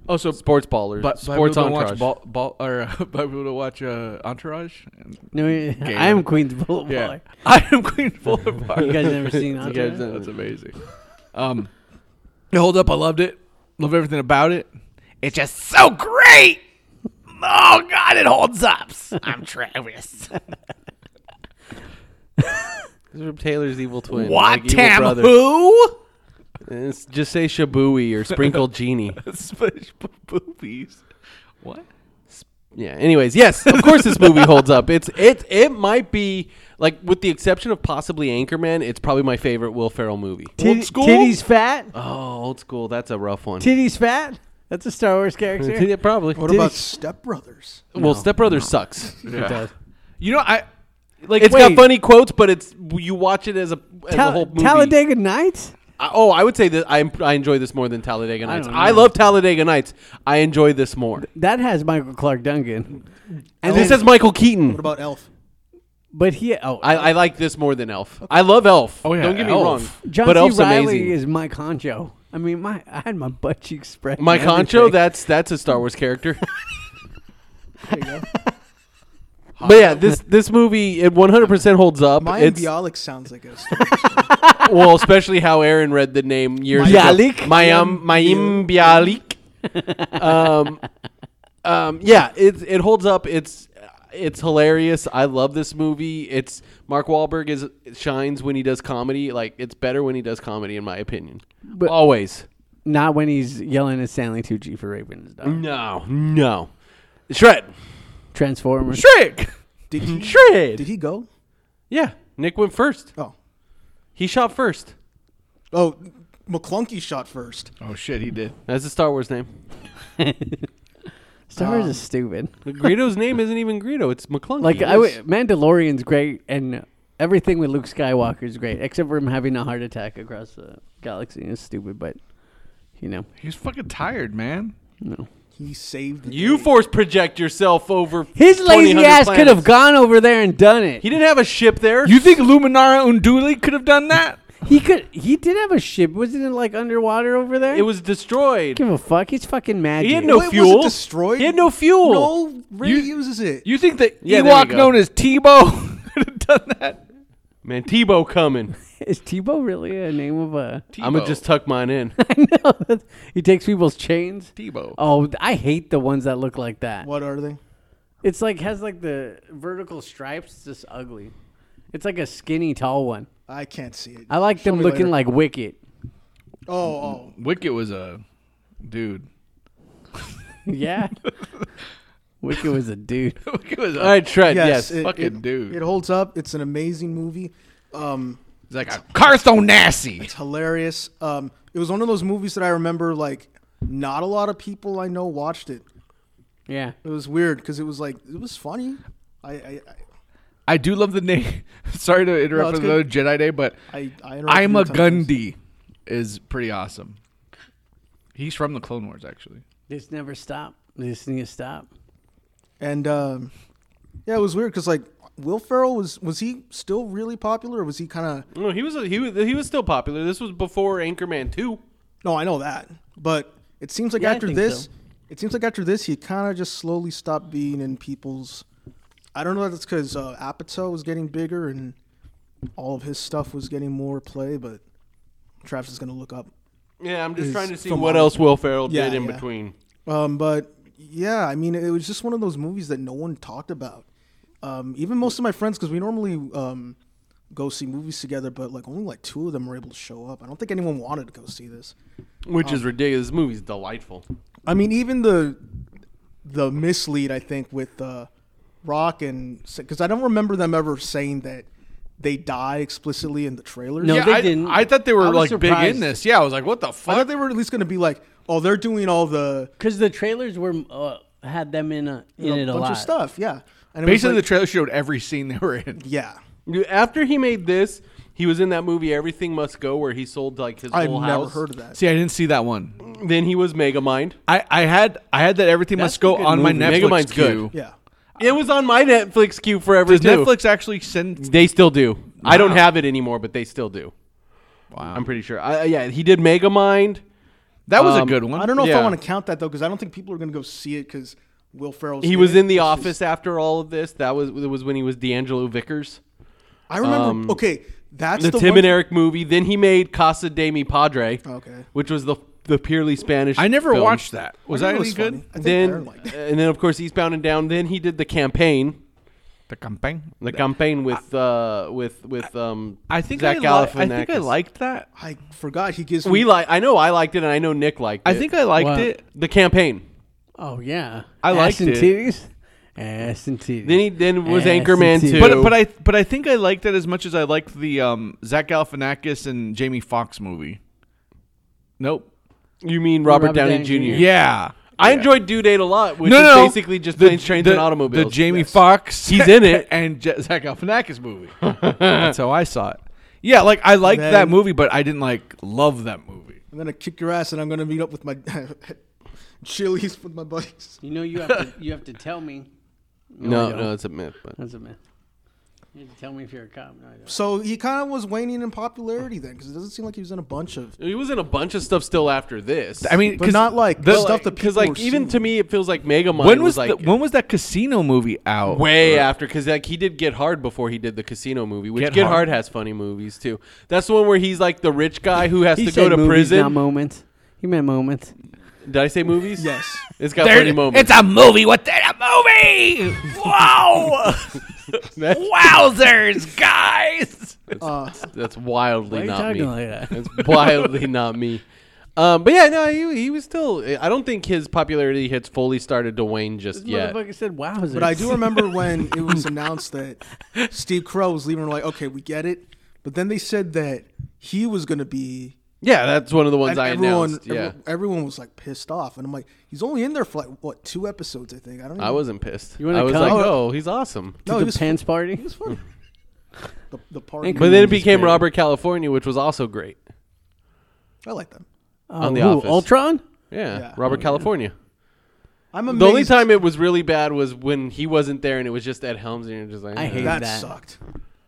oh, so sports ballers, But sports on entourage. watch ball, ball or uh, black people to watch uh, Entourage. And- no, I am Queens Boulevard. Yeah, I am Queen Boulevard. You guys never seen Entourage? That's amazing. Um, it holds up. I loved it. Love everything about it. It's just so great. Oh God, it holds up. I'm Travis. Zip Taylor's evil twin. What like evil Tam brother. who? It's- just say Shabooey or Sprinkle Genie. Splish boobies. What? Yeah. Anyways, yes, of course this movie holds up. It's it it might be like with the exception of possibly Anchorman, it's probably my favorite Will Ferrell movie. Tid- Titty's fat. Oh, old school. That's a rough one. Titty's fat. That's a Star Wars character. Yeah, probably. What about Step Brothers? well, Step Brothers sucks. It does. You know, I Like it's got wait. funny quotes, but it's you watch it as a as a Tal- whole movie. Talladega Nights. I- oh, I would say that I I enjoy this more than Talladega Nights. don't know. I, love Talladega Nights. I enjoy this more. That has Michael Clark Duncan. And Oh. This then- has Michael Keaton. What about Elf? but he. Oh, I, I like this more than Elf. I love Elf. Oh, yeah, don't get me Elf. wrong. John but C. Elf's Riley amazing. is my concho. I mean, my I had my butt cheeks spread. My and everything. Concho, that's that's a Star Wars character. There you go. but yeah, this this movie it 100% holds up. Mayan It's, Bialik sounds like a. well, especially how Aaron read the name years Bialik? ago. Mayam Mayim Bialik. um, um, yeah, it's it holds up. It's it's hilarious. I love this movie. It's Mark Wahlberg is shines when he does comedy. Like it's better when he does comedy, in my opinion. Always. Not when he's yelling at Stanley Tucci for raping his dog. No, no. Shred. Transformers. Trick. Did he? Shred. Did he go? Yeah, Nick went first. Oh, He shot first. oh, McClunky shot first. oh shit, he did. That's a Star Wars name. Star Wars Um, is stupid. Greedo's name isn't even Greedo. It's McClunky. Like I would, Mandalorian's great, and everything with Luke Skywalker's great, except for him having a heart attack across the galaxy is stupid. But you know, He's fucking tired, man. no. He saved. the You day. force project yourself over. His lazy 2,000 ass could have planets. gone over there and done it. He didn't have a ship there. You think Luminara Unduli could have done that? He could. He did have a ship. Wasn't it like underwater over there? it was destroyed. Give a fuck. He's fucking magic. He had no Wait, was it fuel. destroyed? He had no fuel. No, Ray You- uses it. You think that Yeah, there we Ewok go. known as Tebow could have done that? Man, Tebow coming. Is Tebow really a name of a? I'm gonna just tuck mine in. no, he takes people's chains. Tebow. Oh, I hate the ones that look like that. What are they? It's like has like the vertical stripes. It's just ugly. It's like a skinny tall one. I can't see it. I like Show them me looking later. like Wicket. Oh, oh. Wicket was a dude. Yeah. Wicket was a dude. Wicket was a All right, Shred. Yes, Yes. it- fucking it- dude. It holds up. It's an amazing movie. Um, He's like a Cartho Nasty. it's hilarious. Um, it was one of those movies that I remember like not a lot of people I know watched it. Yeah. It was weird because it was like it was funny. I I I do love the name. Sorry to interrupt it's for another good. Jedi Day, but I, I, I I'm a gun. Gundy is pretty awesome. He's from the Clone Wars, actually. This never stop. This need to stop. And um, yeah, it was weird because like Will Ferrell was was he still really popular or was he kind of No, he was he was he was still popular. This was before Anchorman Two. no I know that but it seems like Yeah, I after think this so. it seems like after this he kind of just slowly stopped being in people's I don't know if that's because uh, Apatow was getting bigger and all of his stuff was getting more play but Travis is gonna look up Yeah, I'm just Is trying to see from what all- else Will Ferrell Yeah, did in yeah. between. Um, but yeah, I mean, it was just one of those movies that no one talked about. Um, even most of my friends, because we normally um, go see movies together, but like only like two of them were able to show up. I don't think anyone wanted to go see this. Which is ridiculous. This movie's delightful. I mean, even the the mislead, I think, with uh, Rock and because I don't remember them ever saying that they die explicitly in the trailers. No, yeah, they I, didn't. I thought they I were was like big surprised. in this. Yeah, I was like, what the I fuck? thought they were at least going to be like, oh, they're doing all the Because the trailers were uh, had them in a, in you know, it a bunch lot. of stuff. Yeah, and it was Basically, like- the trailer showed every scene they were in. yeah. After he made this, he was in that movie Everything Must Go, where he sold like his I've whole never house. heard of that. See, I didn't see that one. Then he was Megamind. I, I had I had that everything That's must go a good on my movie. Netflix Megamind's good. queue. Yeah. It was on my Netflix queue forever Does too. Netflix actually send? They still do. I don't have it anymore, but they still do. Wow. I'm pretty sure. I, yeah, he did Megamind. That was a Um, good one. I don't know if I Yeah. want to count that though, because I don't think people are going to go see it because Will Ferrell's. He was it. in the It's just- office after all of this. That was it was when he was D'Angelo Vickers. I remember. um, okay, that's the, the, Tim one- and Eric movie. Then he made Casa de Mi Padre, Okay. which was the the purely Spanish. I never film. watched that. Was I that think it any good? was funny. I think Aaron Then liked it. and then of course Eastbound and Down. Then he did the campaign, The campaign. the campaign with uh with with um I think Zach I, li- Galifianakis. I think I liked that. I forgot he gives. We me- like. I know I liked it, and I know Nick liked it. I think I liked Wow. it. the campaign. Oh yeah, I Ass liked and it. Titties. Ass and titties. Then he then was Ass and Anchorman titties. too. But but I but I think I liked it as much as I liked the um, Zach Galifianakis and Jamie Foxx movie. Nope. you mean Robert, Robert Downey, Jr. Downey Jr. Yeah. I enjoyed Due Date a lot, which No, is no, no. basically just planes, trains, and automobiles. The Jamie Foxx. He's in it. and Je- Zach Galifianakis movie. That's how I saw it. Yeah, like I liked Then- that movie, but I didn't like love that movie. I'm gonna kick your ass, and I'm gonna meet up with my Chili's with my buddies. You know you have to you have to tell me. No, I don't. no, it's a myth. But. That's a myth. You have to tell me if you're a cop. No, I don't. So he kind of was waning in popularity then, because it doesn't seem like he was in a bunch of. He was in a bunch of stuff still after this. I mean, But not like the- the stuff that people because like were even seeing. to me, it feels like Mega Mind when was, like the, when was that casino movie out? way after because like he did Get Hard before he did the Casino movie, which Get Get, Hard. Hard. has funny movies too. That's the one where he's like the rich guy who has He to go said to movies, Not prison. moments. He meant moments. did I say movies? Yes. it's got funny moments. It's a movie within a movie. Whoa! Wowzers, guys! uh, That's wildly Why are you not talking me. like that? That's wildly not me. Um, but yeah, no, he, he was still. I don't think his popularity has fully started to wane just This yet. motherfucker said wowzers. But I do remember when it was announced that Steve Crow was leaving. We're like, okay, we get it. But then they said that he was gonna be. Yeah, that's one of the ones and I everyone, announced. Yeah, every- everyone was like pissed off, and I'm like, he's only in there for like what two episodes, I think. I don't. Even, I wasn't pissed. You wanna I was come? like, oh, he's awesome. No, to he the was pants party. funny. the, the party. But But then it Tremendous became band. Robert California, which was also great. I like them. Oh, The who, Office. Ultron. Yeah, Yeah. Robert California. I'm amazed. The only time it was really bad was when he wasn't there and it was just Ed Helms and you're just like, I eh. hate that, that. sucked.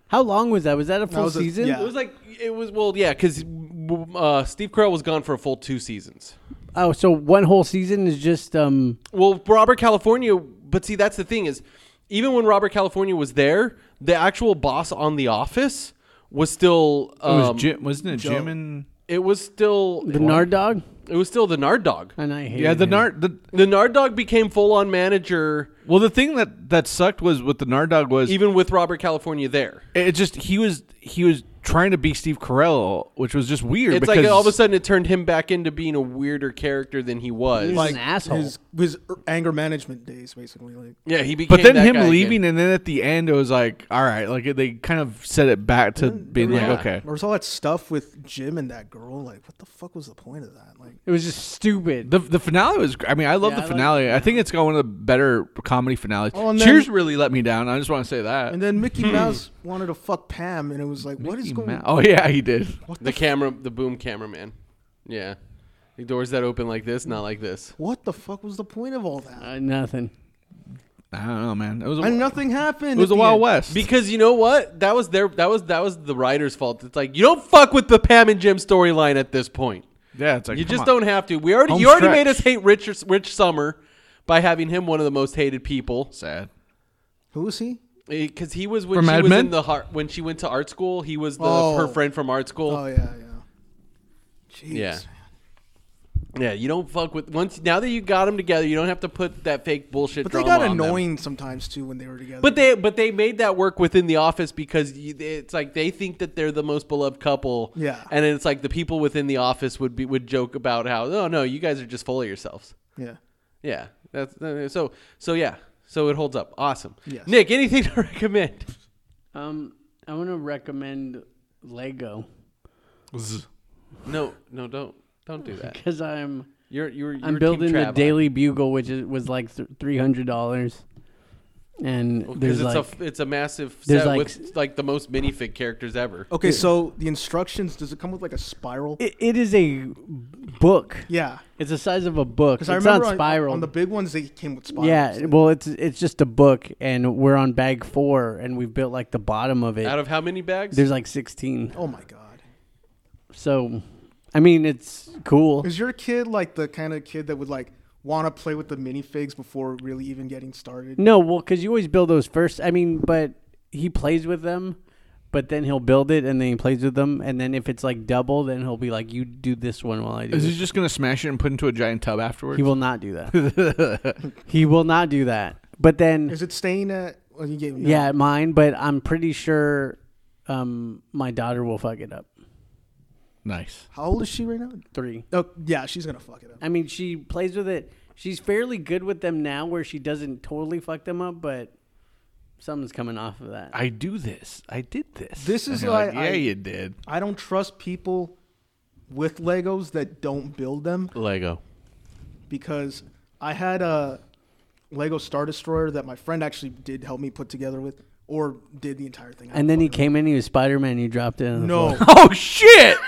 How long was that? Was that a full was a- season? yeah. It was like it was well, yeah, because uh, Steve Carell was gone for a full two seasons. Oh, so one whole season is just um. Well, Robert California, but see, that's the thing is, even when Robert California was there, the actual boss on The Office was still It um, was Jim, wasn't it Jim and it was still The Nard Dog? it was still the Nard Dog. And I hate yeah the him. Nard the The Nard Dog became full on manager well the thing that that sucked was with the Nard Dog was even with Robert California there. it just he was he was trying to be Steve Carell, which was just weird. It's because like all of a sudden it turned him back into being a weirder character than he was. He's Like an asshole. His, his er, anger management days, basically. Like yeah, he became. But then that him guy again. leaving, and then at the end, it was like, all right, like they kind of set it back to being Yeah. like, okay. There was all that stuff with Jim and that girl. Like, what the fuck was the point of that? Like, it was just stupid. The, the finale was. gr- I mean, I love Yeah, I the like finale. the I think it's got one of the better comedy finales. Oh, and then- Cheers really let me down. I just want to say that. and Hmm. then Mickey Mouse wanted to fuck Pam, and it was like, what is He going? ma- oh yeah, he did. the camera, the boom cameraman. Yeah, the doors that open like this, not like this. What the fuck was the point of all that? Uh, nothing. I don't know, man. It was. A, And it nothing happened. was at a the Wild end. West. Because you know what? That was their. That was that was the writer's fault. It's like you don't fuck with the Pam and Jim storyline at this point. yeah, it's like you come just on. don't have to. We already Home you already stretch. made us hate Rich Rich Summer by having him one of the most hated people. Sad. Who was he? Because he was when From she Mad was Men? in the heart when she went to art school. He was the Oh. her friend from art school. Oh yeah, yeah. Jeez. Yeah. Yeah, you don't fuck with once. Now that you got them together, you don't have to put that fake bullshit. But they drama got on them. annoying sometimes too when they were together. But they but they made that work within the office because you, it's like they think that they're the most beloved couple. Yeah. and it's like the people within the office would be would joke about how oh no you guys are just full of yourselves. yeah. Yeah, that's uh, so so yeah so it holds up awesome. Yes. Nick, anything to recommend? Um, I want to recommend Lego No, no, don't don't do that. because I'm You're you're, you're I'm Team building the Trav. Daily Bugle, which is, was like th- three hundred dollars. and Because there's it's like a f- it's a massive there's set like- Oh, with like the most minifig characters ever. Okay, so the instructions does it come with like a spiral? it, it is a book. yeah, It's the size of a book. It's because I remember not on- spiral. on, the big ones they came with spirals. yeah, well, it's it's just a book, and we're on bag four, and we've built like the bottom of it. Out of how many bags? There's like sixteen. Oh my god. So, I mean, it's cool. Is your kid like the kind of kid that would like want to play with the minifigs before really even getting started? No, well, because you always build those first. I mean, but he plays with them, but then he'll build it, and then he plays with them, and then if it's like double, then he'll be like, "You do this one while I do." Is he This. just gonna smash it and put it into a giant tub afterwards? He will not do that. he will not do that. But then, Is it staying at? Well, you gave no. yeah, mine. But I'm pretty sure um, my daughter will fuck it up. nice. How old is she right now? Three. Oh yeah, she's gonna fuck it up. I mean, she plays with it. She's fairly good with them now, where she doesn't totally fuck them up, but something's coming off of that. I do this. I did this. This And is you're like- yeah, I- you did. I don't trust people with Legos that don't build them Lego. because I had a Lego Star Destroyer that my friend actually did help me put together with, or did the entire thing. and then he came in. He was Spider Man. He dropped it. On the floor. No, Oh shit!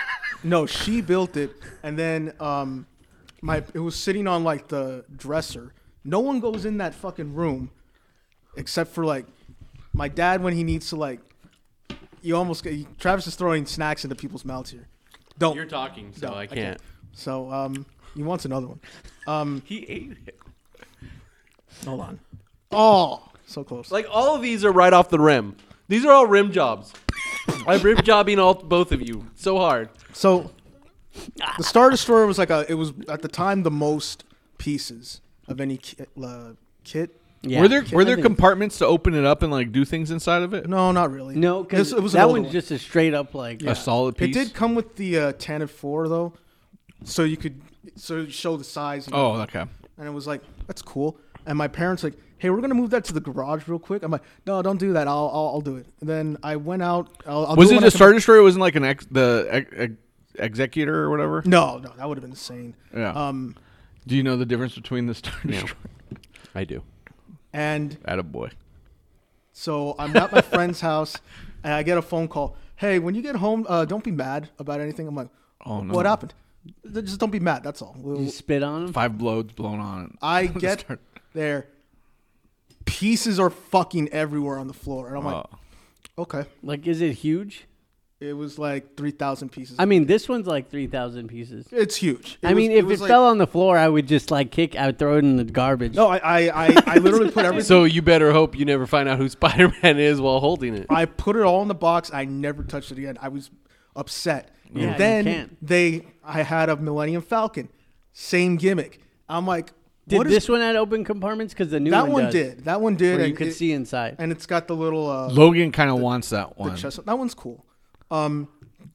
no, she built it, and then um, my it was sitting on like the dresser. No one goes in that fucking room, except for like my dad when he needs to like. You almost get- Travis is throwing snacks into people's mouths here. Don't You're talking, so No, I I can't. can't. So um, he wants another one. Um, He ate it. hold on. Oh, so close. Like all of these are right off the rim. These are all rim jobs. I'm rim jobbing all both of you so hard. So the Star Destroyer was like a. It was at the time the most pieces of any ki- uh, kit. Yeah. Were there were I there think- compartments to open it up and like do things inside of it? No, not really. No, because This- it was that another one's just a straight up like. A solid It piece. did come with the uh, ten and four though, so you could so you show the size. and Oh, okay. and it was like that's cool. And my parents like, hey, we're gonna move that to the garage real quick. I'm like, no, don't do that. I'll I'll, I'll do it. And then I went out. I'll, I'll Was do it when I a come Star Destroyer? Wasn't like an ex the ex, ex, executor or whatever? No, no, that would have been insane. Yeah. Um, Do you know the difference between the Star Destroyer? I do. and Attaboy. so I'm at my friend's house, and I get a phone call. Hey, when you get home, uh, don't be mad about anything. I'm like, Oh, no. what happened? Th- Just don't be mad. That's all. We'll- You spit on him. Five blows blown on it. I get Star- there. Pieces are fucking everywhere on the floor, and I'm like, Oh. okay. Like, is it huge? It was like three thousand pieces. I mean, this one's like three thousand pieces. it's huge. I mean, was- if it, was like- fell on the floor, I would just like kick. I would throw it in the garbage. No, I, I, I, I literally put everything. So you better hope you never find out who Spider Man is while holding it. I put it all in the box. I never touched it again. I was upset. Yeah, you and then can't. they, I had a Millennium Falcon, same gimmick. I'm like, Did what is this one had open compartments? Because the new that one, one does, did? That one did. Where and you could it- see inside. and it's got the little uh, Logan kind of wants that one. chest. That one's cool. Um,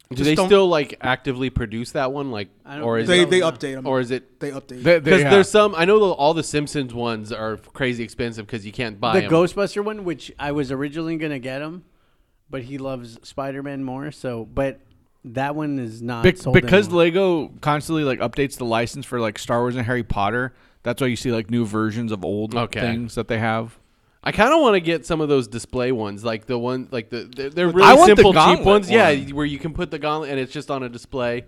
Do just they don't- still like actively produce that one? Like, don't or is think They, it, they update them. or is it? they update? They- they- Because yeah. there's some. I know the, all the Simpsons ones are crazy expensive because you can't buy the them. Ghostbuster one, which I was originally gonna get him, but he loves Spider Man more. So, but that one is not Bec- sold because anymore. Lego constantly like updates the license for like Star Wars and Harry Potter. That's why you see like new versions of old Okay. things that they have. I kind of want to get some of those display ones, like the one, like the they're, they're really I want the simple cheap gauntlet ones. Yeah, one. where you can put the gauntlet and it's just on a display,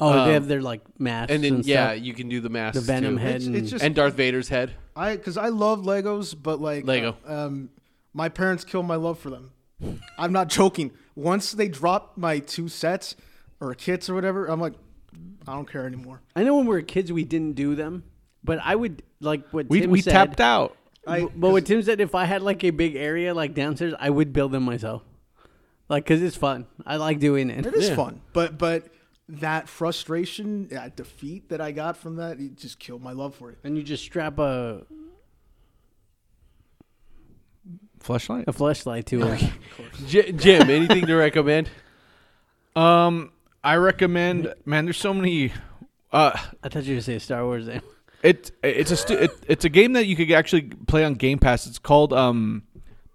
oh, um, they have their like masks and then and yeah, stuff. you can do the mask, the Venom head It's, and it's just and Darth Vader's head. I because I love Legos, but like Lego. uh, um, my parents killed my love for them. I'm not joking. Once they dropped my two sets or kits or whatever, I'm like, I don't care anymore. I know when we were kids we didn't do them, but I would like what We Tim we said, tapped out. I- but what Tim said, if I had like a big area like downstairs, I would build them myself, like because it's fun. I like doing it. It is fun, but but that frustration, that defeat that I got from that, it just killed my love for it. And you just strap a Flashlight. a flashlight to it. J- Jim, anything to recommend? Um, I recommend. Man, there's so many. Uh, I thought you were gonna say Star Wars. Then. it it's a stu- it, it's a game that you could actually play on Game Pass. It's called um,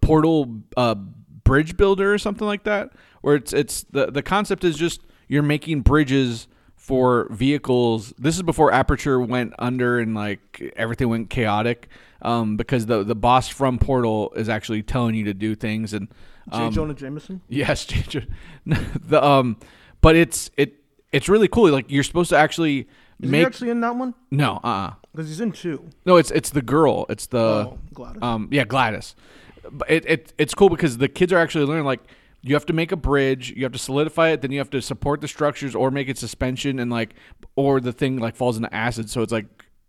Portal uh, Bridge Builder or something like that. Where it's it's the the concept is just you're making bridges for vehicles. This is before Aperture went under and like everything went chaotic. Um, because the the boss from Portal is actually telling you to do things and J. um, Jonah Jameson. Yes, Ginger. the um, but it's it it's really cool. Like you're supposed to actually Is make he actually in that one? no, uh, uh Because he's in two. no. It's it's the girl. It's the Oh, Gladys. um, yeah, Gladys. But it, it it's cool because the kids are actually learning like. You have to make a bridge. You have to solidify it. Then you have to support the structures, or make it suspension, and like, or the thing like falls into acid. So it's like,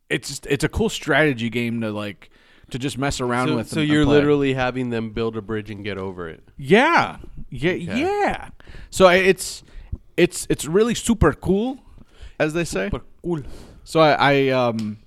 it's just, it's a cool strategy game to like, to just mess around So, with. so and- and you're play. literally having them build a bridge and get over it. Yeah. Yeah. Yeah. So I, it's it's it's really super cool, as they say. cool. So I, I um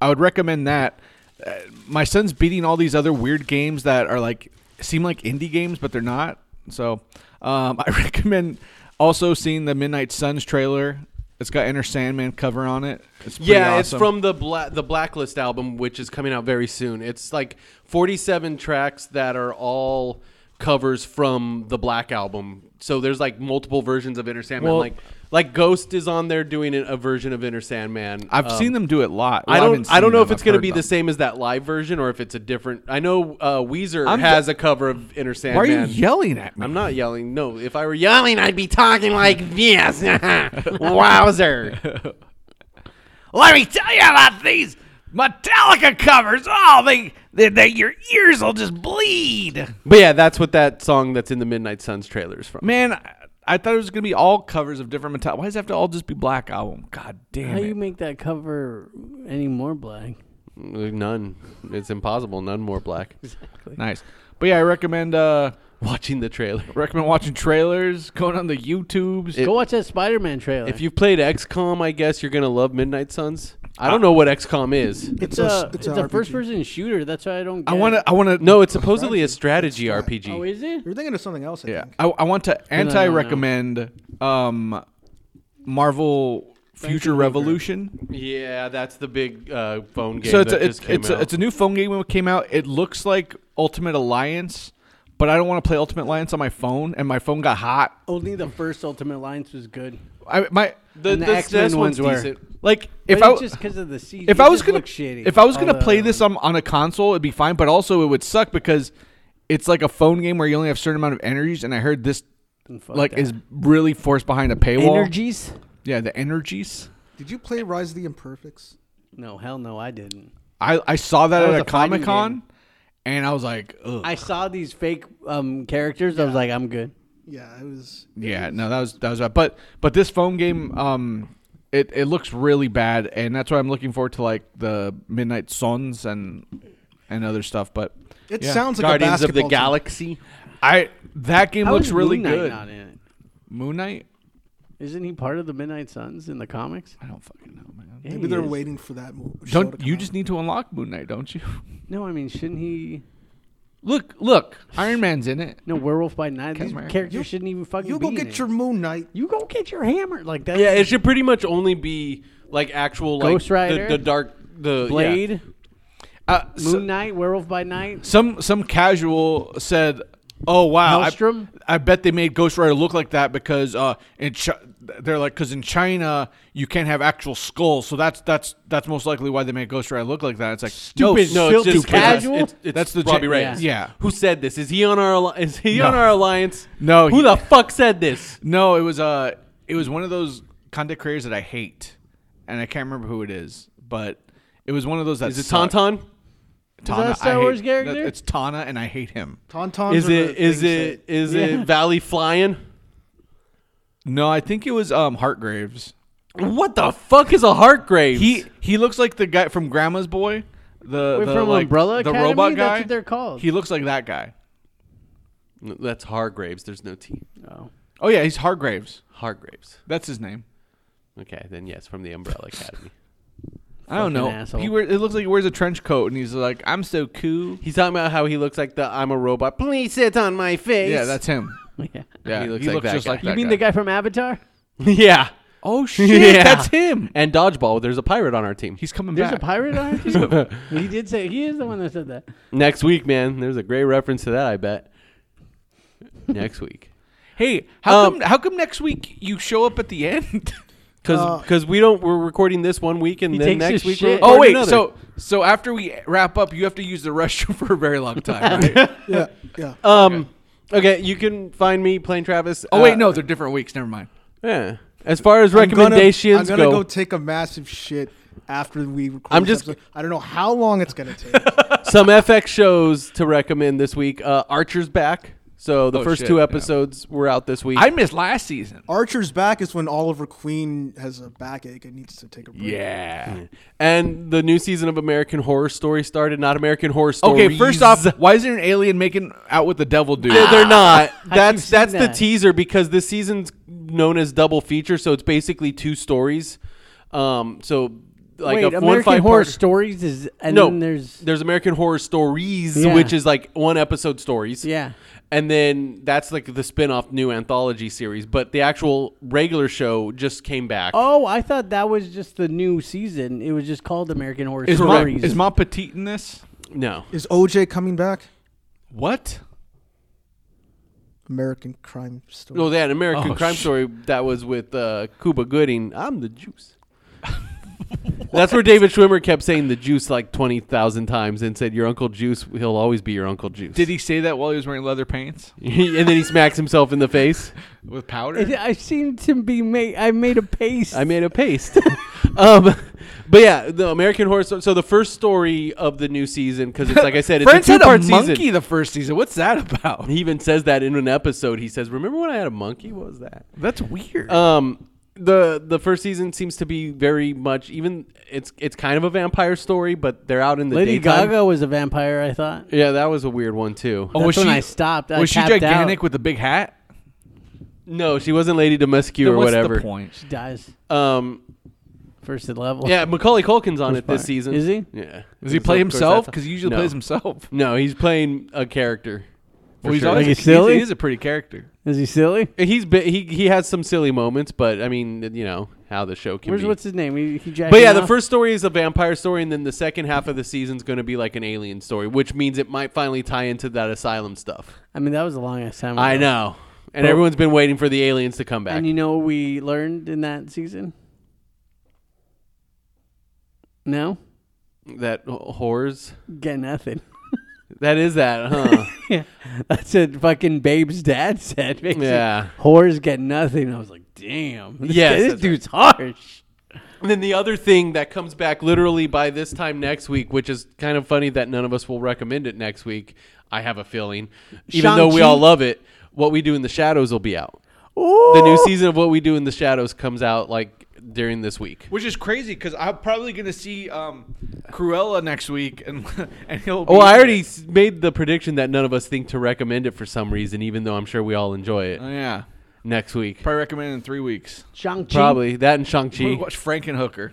I would recommend that. Uh, my son's beating all these other weird games that are like seem like indie games, but they're not. So um, I recommend also seeing the Midnight Suns trailer. It's got Enter Sandman cover on it. It's pretty Yeah, it's awesome. from the Bla- the Blacklist album, which is coming out very soon. It's like 47 tracks that are all covers from the Black album. So there's like multiple versions of Inner Sandman. Well- like like Ghost is on there doing an- a version of Inner Sandman. I've Um, seen them do it lot. I Well, I don't. haven't I don't seen know if them. it's I've going to heard be the them. same as that live version or if it's a different. I know uh, Weezer I'm has a cover of Inner Why are Sandman. you yelling at me? I'm not yelling. No, if I were yelling, I'd be talking like this. Wowzer. Let me tell you about these Metallica covers. Oh, they, they, they your ears will just bleed. But yeah, that's what that song that's in the Midnight Suns trailer is from. Man, I, I thought it was gonna be all covers of different metal. Why does it have to all just be black album? God damn How it! you make that cover any more black? None. It's impossible. None more black. nice, but yeah, I recommend uh Watching the trailer. recommend watching trailers, going on the YouTubes. Go watch that Spider Man trailer. If you've played XCOM, I guess you're gonna love Midnight Suns. I don't know what XCOM is. it's, a- a, it's it's, a a RPG. first person shooter. That's why I don't. Get I want it. to. I want to. No, it's supposedly a strategy RPG. Oh, is it? You're thinking of something else. I Yeah, think. I, I want to anti-recommend um Marvel Future Revolution. Yeah, that's the big uh, phone game. So it's that a, just it's came it's a, out. it's a new phone game when it came out. It looks like Ultimate Alliance, but I don't want to play Ultimate Alliance on my phone, and my phone got hot. Only the first Ultimate Alliance was good. I my the, and the, the the X-Men SNES one's ones were. decent. like If if but I it's just because of the CG. if it I was just gonna looked shitty. if I was All gonna the- play this on, on a console, it'd be fine. But also, it would suck because it's like a phone game where you only have a certain amount of energies. And I heard this fuck like that. is really forced behind a paywall. energies, Yeah, the energies. Did you play Rise of the Imperfects? no hell no, I didn't. I I saw that, That was at a a Comic fighting Con, and I was like, Ugh. I saw these fake um, characters. I was like, I'm good. Yeah, it was. yeah, no, that was that was bad. But but this phone game, um, it it looks really bad, and that's why I'm looking forward to like the Midnight Suns and and other stuff. But It Yeah. sounds like Guardians of a the basketball team. Galaxy. I that game How looks is really Moon Knight good. Not in it? Moon Knight. Isn't he part of the Midnight Suns in the comics? I don't fucking know, man. Yeah, Maybe he they're is. waiting for that movie. Don't you just need to unlock Moon Knight, don't you? No, I mean, shouldn't he? Look, look, Iron Man's in it. No, Werewolf by Night. These America. characters You- shouldn't even fucking. You be go in get it. your Moon Knight. You go get your hammer like that. Yeah, it should pretty much only be like actual like Ghost Rider? the, the dark the Blade, yeah. Uh, s- Moon Knight, Werewolf by Night. some some casual said, "Oh wow, I- Hellstrom? I, bet they made Ghost Rider look like that because uh, in Ch- they're like because in China you can't have actual skulls, so that's that's that's most likely why they made Ghost Rider look like that." It's like Stupid, no, it's just stupid. casual? It's, it's That's the Robbie gen- Ray. yeah. Yeah. who said this? Is he on our? alli- Is he No. on our alliance? No, who he- the fuck said this? No, it was uh it was one of those content creators that I hate, and I can't remember who it is, but it was one of those that Is it suck. Tauntaun? Tana, that a Star I hate- Wars character? It's Tana, and I hate him. Tauntauns. Is are the it is things that- it is it Valley Flying? No, I think it was um Hartgraves. What the fuck is a heart grave? He he looks like the guy from Grandma's Boy, the, Wait, the, from like, Umbrella the Academy? robot guy. That's what they're called. He looks like that guy. No, that's Hargraves. There's no T. Oh. Oh yeah, he's Hartgraves. Hargraves. That's his name. Okay, then yes, from the Umbrella Academy. I don't Fucking know. asshole. He wear, it looks like he wears a trench coat, and he's like, "I'm so cool." He's talking about how he looks like the I'm a robot. Please sit on my face. Yeah, that's him. Yeah. Yeah, He looks like that just guy. like You that mean the guy from Avatar? yeah. Oh shit, Yeah. that's him. And dodgeball. There's a pirate on our team. He's coming There's back. a pirate on it. he did say he is the one that said that. Next week, man. There's a great reference to that. I bet. Next week. Hey, how Um, Um, come how come next week you show up at the end? because because we don't we're recording this one week and He then takes next his week. shit. We're Oh recording wait, another. so so after we wrap up, you have to use the restroom for a very long time. Right? Yeah, yeah. um, okay. you can find me playing Travis. oh uh, wait, no, they're different weeks. Never mind. Yeah. As far as I'm gonna- recommendations I'm gonna, go, go. take a massive shit after we record. I'm this just- episode. I don't know how long it's gonna take. some FX shows to recommend this week. Uh, Archer's back. So the Oh, first shit, two yeah. episodes were out this week. I missed last season. Archer's back is when Oliver Queen has a backache and needs to take a break. Yeah. and the new season of American Horror Story started. Not American Horror Story. Okay, first off, why is there an alien making out with the devil dude? They're, they're not. That's seen that's the that? teaser because this season's known as double feature, so it's basically two stories. Um, so like Wait, a one American five Horror part, Stories is and No, then there's there's American Horror Stories, Yeah. which is like one episode stories. Yeah. And then that's like the spin off new anthology series. But the actual regular show just came back. Oh, I thought that was just the new season. It was just called American Horror Is Ma, Stories. is Ma Petite in this? No. Is OJ coming back? What? American Crime Story. No, that American Oh, Crime sh- Story that was with uh, Cuba Gooding. I'm the juice. That's where David Schwimmer kept saying the juice like 20,000 times and said, Your Uncle Juice, he'll always be your Uncle Juice. Did he say that while he was wearing leather pants and then he smacks himself in the face. with powder? It- I've seen him be made. I made a paste. I made a paste. um, but yeah, the American Horror Story. So the first story of the new season, because it's like I said, it's Friends a had a two-part monkey season. the first season. What's that about? He even says that in an episode. He says, "Remember when I had a monkey? What was that?" That's weird. Um, the the first season seems to be very much even. It's it's kind of a vampire story, but they're out in the Lady daytime. Gaga was a vampire. I thought. Yeah, that was a weird one too. oh, that's when I stopped. I was she tapped out. gigantic with a big hat? No, she wasn't Lady Domescu Then or what's whatever. the point? She dies Um, first at level. yeah, Macaulay Culkin's on Who's it this fine. season. Is he? Yeah. Does he Of play course himself? that's- Because he usually No. plays himself. No, he's playing a character. for Well, he's sure. always Like he's a- he's- silly? He is a pretty character. Is he silly? He's bi- he he has some silly moments, but I mean, you know how the show can Where's be. what's his name? He, he but yeah, the first story is a vampire story, and then the second half of the season's going to be like an alien story, which means it might finally tie into that asylum stuff. I mean, that was the longest time. I ago. know, and everyone's been waiting for the aliens to come back. And you know what we learned in that season? No, that h- whores. get nothing. That is that, huh? That's what fucking Babe's dad said. basically. yeah. Whores get nothing. I was like, damn. This, Yes, guy- this that's right. dude's harsh. And then the other thing that comes back literally by this time next week, which is kind of funny that none of us will recommend it next week. I have a feeling, even though we Shang-Chi? all love it, what we do in the shadows will be out. The new season of what we do in the shadows comes out like during this week. Which is crazy because I'm probably going to see um, Cruella next week, and and he'll. Be Well, I already s- made the prediction that none of us think to recommend it for some reason, even though I'm sure we all enjoy it Uh, Oh, yeah, next week. probably recommend it in three weeks. Shang-Chi. Probably that and Shang We Chi. watch Frankenhooker.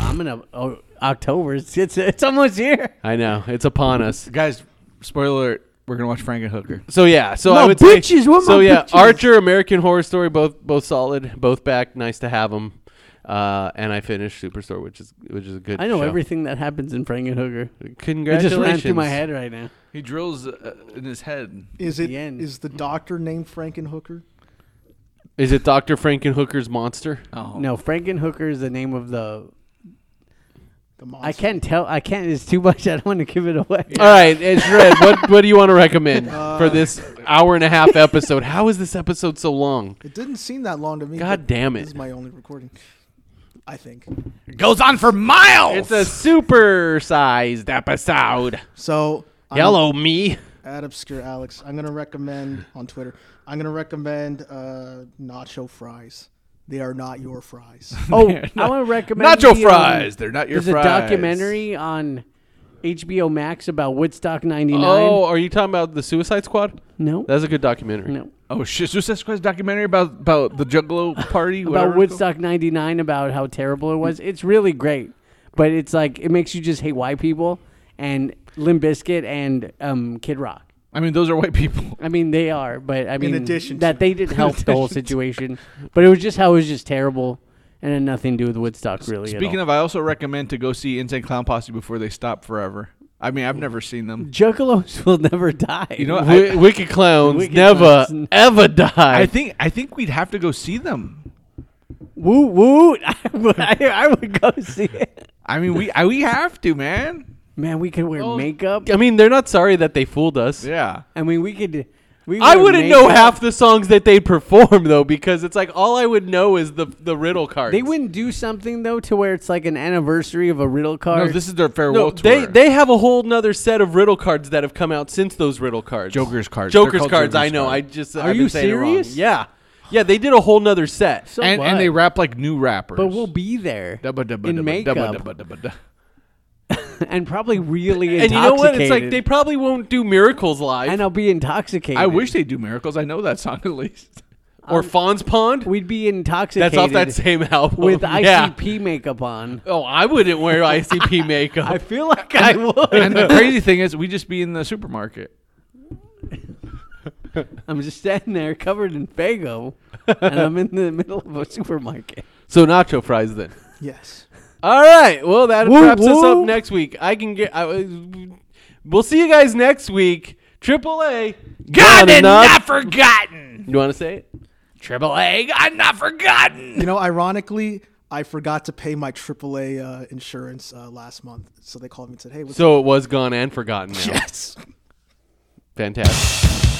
I'm in a, oh, October. It's, it's it's almost here. I know it's upon us. Guys, spoiler alert: we're gonna watch Frankenhooker. So yeah, so My I would bitches, say where so my yeah. bitches? Archer, American Horror Story, both both solid, both back. Nice to have them. Uh, and I finished Superstore, which is which is a good. I know show. everything that happens in Frankenhooker. It Congratulations! just ran through my head right now. He drills uh, in his head. Is it? The end. Is the doctor named Frankenhooker? Is it Doctor Frankenhooker's monster? Oh No, Frankenhooker is the name of the. The monster. I can't tell. I can't. It's too much. I don't want to give it away. All right, it's red. what what do you want to recommend Uh, for this hour and a half episode? How is this episode so long? It didn't seem that long to me. God but damn This it. is my only recording. I think Goes on for miles. It's a super sized episode. so. I'm- Hello, me. at obscure Alex. I'm gonna recommend on Twitter. I'm gonna recommend uh, nacho fries. They are not your fries. Oh, I want to recommend Nacho the, um, fries. They're not your There's fries. a documentary on HBO Max about Woodstock '99. Oh, are you talking about the Suicide Squad? no, That's a good documentary. no. Oh shit! Suicide Squad's documentary about about the Juggalo party. whatever About it's called? Woodstock '99, about how terrible it was. It's really great, but it's like it makes you just hate white people and Limp Bizkit and um, Kid Rock. I mean, those are white people. I mean, they are, but I mean, addition that to- they didn't help the whole situation. But it was just how it was just terrible and had nothing to do with Woodstock, really. Speaking of, I also recommend to go see Insane Clown Posse before they stop forever. I mean, I've never seen them. Juggalos will never die. You know, Wi- I, Wicked clowns Wicked never clowns. ever die. I think I think we'd have to go see them. Woo woo! I would, I, I would go see it. I mean, we I, we have to, man. Man, we could wear makeup. I mean, they're not sorry that they fooled us. Yeah. I mean, we could. We I wear wouldn't know makeup. half the songs that they perform though, because it's like all I would know is the the riddle cards. They wouldn't do something though to where it's like an anniversary of a riddle card. No, this is their farewell No, tour. they they have a whole nother set of riddle cards that have come out since those riddle cards. Joker's cards. They're Joker's called cards. I Joker's know. cards. I just. Are I've been you saying it wrong. serious? Yeah, yeah. They did a whole nother set. so and, and they what? rap like new rappers. But we'll be there Dubba, dubba, in dubba, makeup dubba, dubba, dubba, dubba. and probably really and you know what? It's like intoxicated. they probably won't do miracles live and I'll be intoxicated. I wish they do miracles. I know that song at least. or Fawn's Pond. we'd be intoxicated. That's off that same album with Yeah. ICP makeup on. Oh, I wouldn't wear ICP makeup. I feel like I would. And the crazy thing is, we just be in the supermarket. I'm just standing there covered in Fago, and I'm in the middle of a supermarket. so nacho fries then. Yes. All right. Well, that Woo, wraps us up woo. next week. I can get. I, we'll see you guys next week. Triple A. Gone Not and enough. not forgotten. You want to say it? Triple A, I'm not forgotten. You know, ironically, I forgot to pay my AAA uh, insurance uh, last month, so they called me and said, "Hey, what's So it was gone and forgotten. Now. yes." Fantastic.